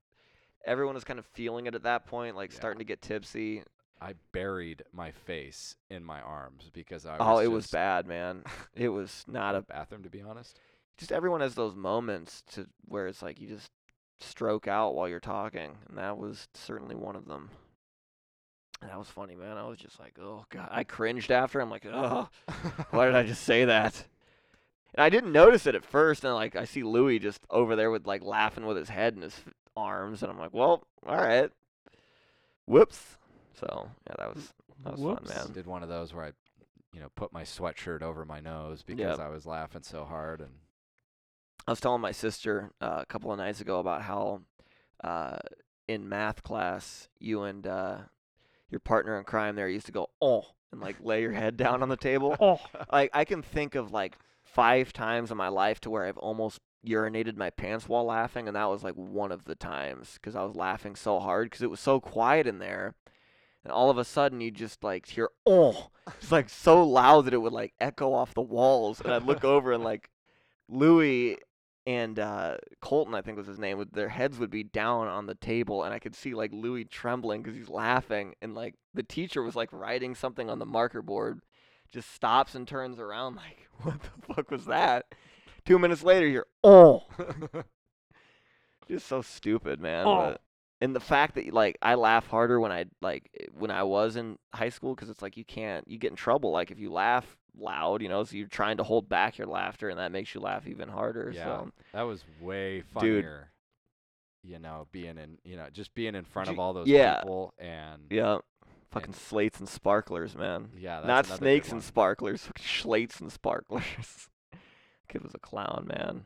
Speaker 2: everyone was kind of feeling it at that point, like
Speaker 3: Yeah.
Speaker 2: starting to get tipsy.
Speaker 3: I buried my face in my arms because I.
Speaker 2: oh,
Speaker 3: was
Speaker 2: it was
Speaker 3: just-
Speaker 2: bad, man. It was not a
Speaker 3: bathroom to be honest.
Speaker 2: just everyone has those moments to where it's like you just stroke out while you're talking, and that was certainly one of them. And that was funny, man. I was just like, oh god, I cringed after. I'm like, oh, [laughs] why did I
Speaker 3: [laughs]
Speaker 2: just say that? And I didn't notice it at first, and like I see Louis just over there with like laughing with his head in his f- arms, and I'm like, well, all right, whoops. So yeah, that was that was
Speaker 1: Whoops.
Speaker 3: [laughs]
Speaker 2: fun, man.
Speaker 3: Did one of those where I, you know, put my sweatshirt over my nose because
Speaker 2: Yep.
Speaker 3: I was laughing so hard and
Speaker 2: I was telling my sister uh, a couple of nights ago about how uh, in math class you and uh, your partner in crime there used to go oh and like lay your head down on the table.
Speaker 1: Oh,
Speaker 2: Like I can think of like five times in my life to where I've almost urinated my pants while laughing, and that was like one of the times because I was laughing so hard because it was so quiet in there, and all of a sudden you just like hear oh, [laughs] it's like so loud that it would like echo off the walls, and I'd look over and like Louis and uh, Colton, I think was his name, would, their heads would be down on the table, and I could see like Louis trembling because he's laughing, and like the teacher was like writing something on the marker board, just stops and turns around like, [laughs] what the fuck was that? Two minutes later, you're oh, [laughs] just so stupid, man.
Speaker 1: Oh.
Speaker 2: But, and the fact that like I laugh harder when I like eh, when I was in high school because it's like you can't you get in trouble like if you laugh loud you know so you're trying to hold back your laughter and that makes you laugh even harder
Speaker 3: Yeah.
Speaker 2: so
Speaker 3: that was way
Speaker 2: Dude.
Speaker 3: funnier. You know, being in, you know, just being in front
Speaker 2: Ju-
Speaker 3: of all those
Speaker 2: yeah.
Speaker 3: people and
Speaker 2: Yeah. Fucking slates and sparklers, man.
Speaker 3: yeah, that's
Speaker 2: Not
Speaker 3: another good
Speaker 2: snakes and
Speaker 3: one.
Speaker 2: sparklers, fucking slates and sparklers. [laughs] Kid was a clown, man.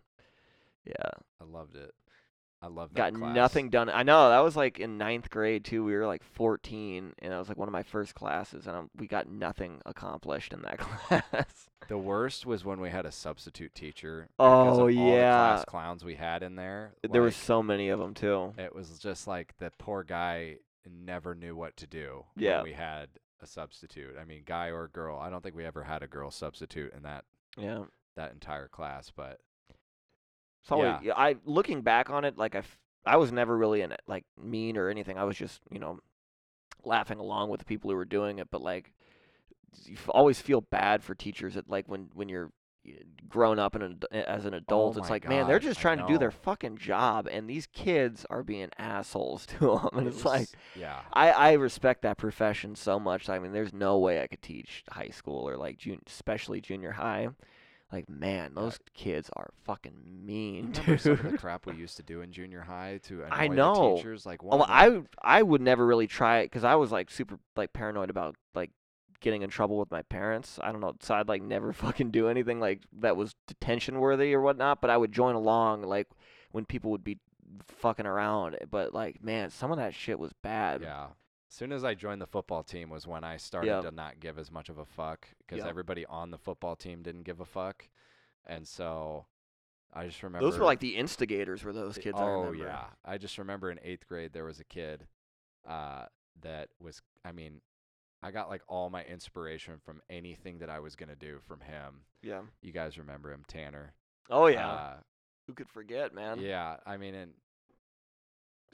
Speaker 2: Yeah.
Speaker 3: I loved it. I loved
Speaker 2: Got
Speaker 3: that class.
Speaker 2: nothing done. I know, that was like in ninth grade too. We were like fourteen and that was like one of my first classes and um we got nothing accomplished in that [laughs] class.
Speaker 3: The worst was when we had a substitute teacher. because of
Speaker 2: oh
Speaker 3: all the
Speaker 2: yeah.
Speaker 3: class clowns we had in there.
Speaker 2: there were
Speaker 3: like,
Speaker 2: so many of them too.
Speaker 3: It was just like the poor guy never knew what to do. when
Speaker 2: Yeah.
Speaker 3: we had a substitute. I mean, guy or girl. I don't think we ever had a girl substitute in that
Speaker 2: Yeah.
Speaker 3: that entire class,
Speaker 2: [laughs]
Speaker 3: but
Speaker 2: It's always
Speaker 3: Yeah.
Speaker 2: yeah, I looking back on it, like I, f- I was never really in it, like mean or anything. I was just you know laughing along with the people who were doing it, but like you f- always feel bad for teachers that like when when you're y- grown up and an, ad- as an adult, it's
Speaker 3: Oh my
Speaker 2: like man, they're
Speaker 3: gosh,
Speaker 2: just
Speaker 3: I
Speaker 2: trying to do their
Speaker 3: know.
Speaker 2: fucking job, and these kids are being assholes [laughs] to them, and
Speaker 3: it
Speaker 2: it's like.
Speaker 3: was- yeah.
Speaker 2: I, I respect that profession so much. I mean, there's no way I could teach high school or like jun- especially junior high. Like, man, those kids are fucking mean,
Speaker 3: Uh, Remember some of the
Speaker 2: um, dude.
Speaker 3: crap we used to do in junior high to annoy
Speaker 2: [laughs] I
Speaker 3: the
Speaker 2: know.
Speaker 3: teachers. Like one
Speaker 2: [laughs] Well,
Speaker 3: of them-
Speaker 2: I would- I would never really try it because I was like super like paranoid about like getting in trouble with my parents. I don't know, so I'd like never [laughs] fucking do anything like that was detention worthy or whatnot. But I would join along like when people would be fucking around. eh, But like, man, some of that shit was bad.
Speaker 3: Yeah. As soon as I joined the football team was when I started
Speaker 2: Yep.
Speaker 3: to not give as much of a fuck because
Speaker 2: Yep.
Speaker 3: everybody on the football team didn't give a fuck, and so I just remember
Speaker 2: Those were like the instigators. Were those kids? I
Speaker 3: Oh
Speaker 2: remember.
Speaker 3: yeah, I just remember in eighth grade there was a kid uh, that was. I mean, I got like all my inspiration from anything that I was gonna do from him.
Speaker 2: Yeah.
Speaker 3: You guys remember him, Tanner?
Speaker 2: Oh yeah.
Speaker 3: Uh,
Speaker 2: Who could forget, man? [laughs]
Speaker 3: yeah, I mean, and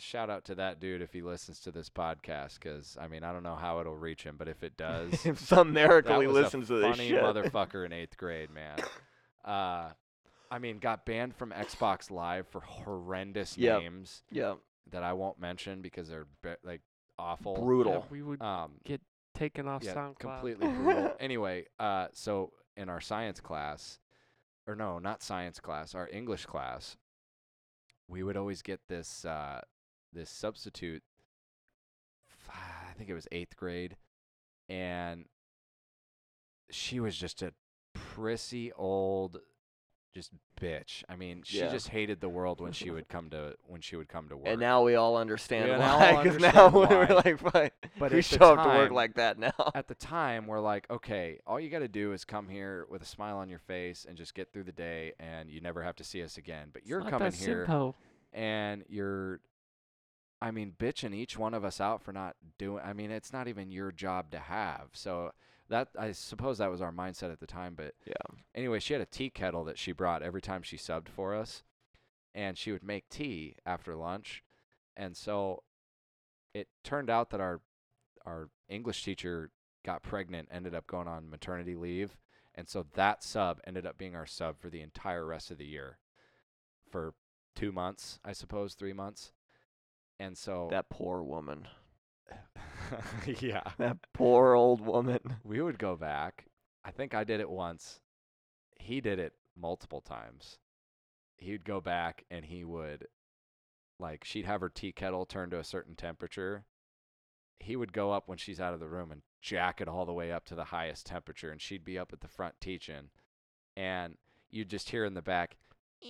Speaker 3: shout out to that dude if he listens to this podcast, because I mean, I don't know how it'll reach him, but if it
Speaker 2: [laughs]
Speaker 3: does,
Speaker 2: if some miracle
Speaker 3: [laughs] that
Speaker 2: he
Speaker 3: was a
Speaker 2: listens to this
Speaker 3: funny
Speaker 2: shit.
Speaker 3: motherfucker in eighth grade, man.
Speaker 2: [coughs]
Speaker 3: Uh, I mean, got banned from Xbox Live for horrendous
Speaker 2: Yep.
Speaker 3: names
Speaker 2: [laughs] yeah.
Speaker 3: that I won't mention because they're ba- like awful,
Speaker 2: Brutal.
Speaker 1: we would
Speaker 3: um,
Speaker 1: taken off
Speaker 3: yeah,
Speaker 1: SoundCloud.
Speaker 3: completely brutal. anyway, uh, so in our science class, or no, not science class, our English class, we would always get this uh, this substitute. f- I think it was eighth grade, and she was just a prissy old, just bitch. I mean, she
Speaker 2: Yeah.
Speaker 3: just hated the world when she would come to when she would come to work.
Speaker 2: And now we all understand
Speaker 3: Yeah, now
Speaker 2: why.
Speaker 3: I'll
Speaker 2: Because
Speaker 3: understand
Speaker 2: now [laughs] we're
Speaker 3: why.
Speaker 2: like, fine.
Speaker 3: But
Speaker 2: we
Speaker 3: at the
Speaker 2: show up to work
Speaker 3: time-
Speaker 2: like that now.
Speaker 3: [laughs] at the time we're like, okay, all you got to do is come here with a smile on your face and just get through the day, and you never have to see us again. But
Speaker 1: It's
Speaker 3: you're
Speaker 1: not
Speaker 3: coming
Speaker 1: that
Speaker 3: here
Speaker 1: simple.
Speaker 3: and you're, I mean, bitching each one of us out for not doing. I mean, it's not even your job to have. So that I suppose that was our mindset at the time. But
Speaker 2: Yeah.
Speaker 3: anyway, she had a tea kettle that she brought every time she subbed for us, and she would make tea after lunch. And so it turned out that our our English teacher got pregnant, ended up going on maternity leave, and so that sub ended up being our sub for the entire rest of the year for 2 months, I suppose, 3 months. And so
Speaker 2: That poor woman.
Speaker 3: [laughs] yeah.
Speaker 2: That poor old woman.
Speaker 3: We would go back. I think I did it once. He did it multiple times. He'd go back and he would, like, she'd have her tea kettle turned to a certain temperature. He would go up when she's out of the room and jack it all the way up to the highest temperature, and she'd be up at the front teaching. And you'd just hear in the back, [laughs]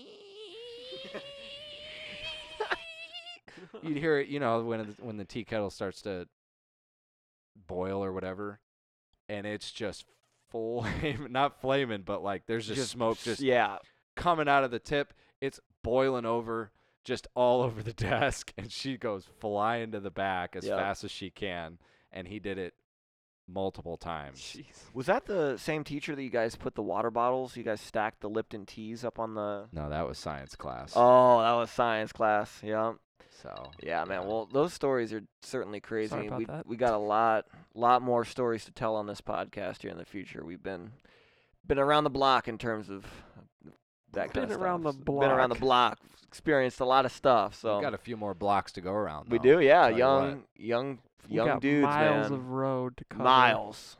Speaker 2: [laughs]
Speaker 3: you'd hear it, you know, when it, when the tea kettle starts to boil or whatever, and it's just flame, [laughs] not flaming, but like there's just, smoke just
Speaker 2: yeah.
Speaker 3: coming out of the tip. It's boiling over, just all [laughs] over the desk, and she goes flying to the back as
Speaker 2: Yep.
Speaker 3: fast as she can. And he did it multiple times.
Speaker 1: Jeez.
Speaker 2: Was that the same teacher that you guys put the water bottles? You guys stacked the Lipton teas up on the.
Speaker 3: No, that was science class.
Speaker 2: Oh, that was science class. Yeah.
Speaker 3: so
Speaker 2: Yeah, man.
Speaker 3: Yeah.
Speaker 2: Well, those stories are certainly crazy.
Speaker 1: about
Speaker 2: we
Speaker 1: that.
Speaker 2: we got a lot lot more stories to tell on this podcast here in the future. We've been been around the block in terms of that kind
Speaker 1: Been
Speaker 2: of
Speaker 1: around the
Speaker 2: stuff. Been around the block. Experienced a lot of stuff. So
Speaker 3: we got a few more blocks to go around.
Speaker 2: We do,
Speaker 3: though.
Speaker 2: yeah.
Speaker 3: Tell you
Speaker 2: Young, young,
Speaker 1: We
Speaker 2: young
Speaker 1: got
Speaker 2: dudes,
Speaker 1: miles
Speaker 2: man.
Speaker 1: of road to cover.
Speaker 2: miles.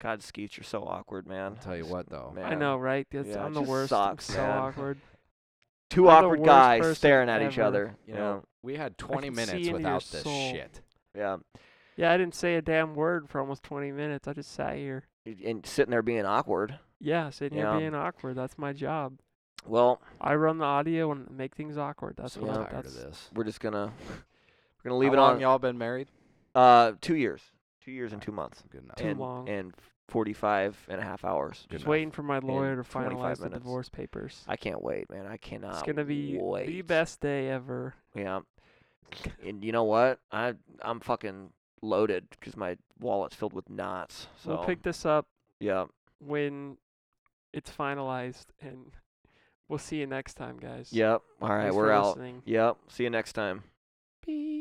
Speaker 2: God, Skeets, you're so awkward, man.
Speaker 3: I'll tell you what, though.
Speaker 1: I
Speaker 2: man.
Speaker 1: know, right? That's,
Speaker 2: Yeah, it
Speaker 1: I'm the
Speaker 2: just
Speaker 1: worst.
Speaker 2: sucks,
Speaker 1: I'm so
Speaker 2: man.
Speaker 1: awkward.
Speaker 2: Two
Speaker 1: I'm the
Speaker 2: awkward
Speaker 1: worst person
Speaker 2: guys staring at each
Speaker 1: ever.
Speaker 2: other.
Speaker 3: You know, we had 20
Speaker 1: can see into
Speaker 3: minutes
Speaker 1: your
Speaker 3: without this
Speaker 1: soul.
Speaker 3: shit.
Speaker 2: yeah,
Speaker 1: Yeah, I didn't say a damn word for almost 20 minutes. I just sat here.
Speaker 2: yeah, and sitting there being awkward.
Speaker 1: Yeah, sitting
Speaker 2: Yeah.
Speaker 1: here being awkward. That's my job.
Speaker 2: Well,
Speaker 1: I run the audio and make things awkward. That's
Speaker 3: So
Speaker 1: what. I,
Speaker 3: tired
Speaker 1: that's
Speaker 3: of this.
Speaker 2: we're just gonna [laughs] we're gonna leave
Speaker 3: How
Speaker 2: it
Speaker 3: long
Speaker 2: on.
Speaker 3: y'all been married?
Speaker 2: Uh, two years, two years and two months,
Speaker 3: Good enough.
Speaker 1: Too
Speaker 2: and
Speaker 1: long.
Speaker 2: and 45 and a half hours.
Speaker 3: Good
Speaker 1: just
Speaker 3: enough.
Speaker 1: waiting for my lawyer to
Speaker 2: 25
Speaker 1: finalize the
Speaker 2: minutes.
Speaker 1: divorce papers.
Speaker 2: I can't wait, man. I cannot.
Speaker 1: It's gonna be
Speaker 2: wait.
Speaker 1: the best day ever.
Speaker 2: Yeah. And you know what? I I'm fucking loaded because my wallet's filled with knots. So
Speaker 1: We'll pick this up
Speaker 2: yeah.
Speaker 1: when it's finalized, and we'll see you next time, guys.
Speaker 2: Yep. All right,
Speaker 1: Thanks
Speaker 2: we're
Speaker 1: for
Speaker 2: out.
Speaker 1: listening.
Speaker 2: Yep. See you next time.
Speaker 1: Beep.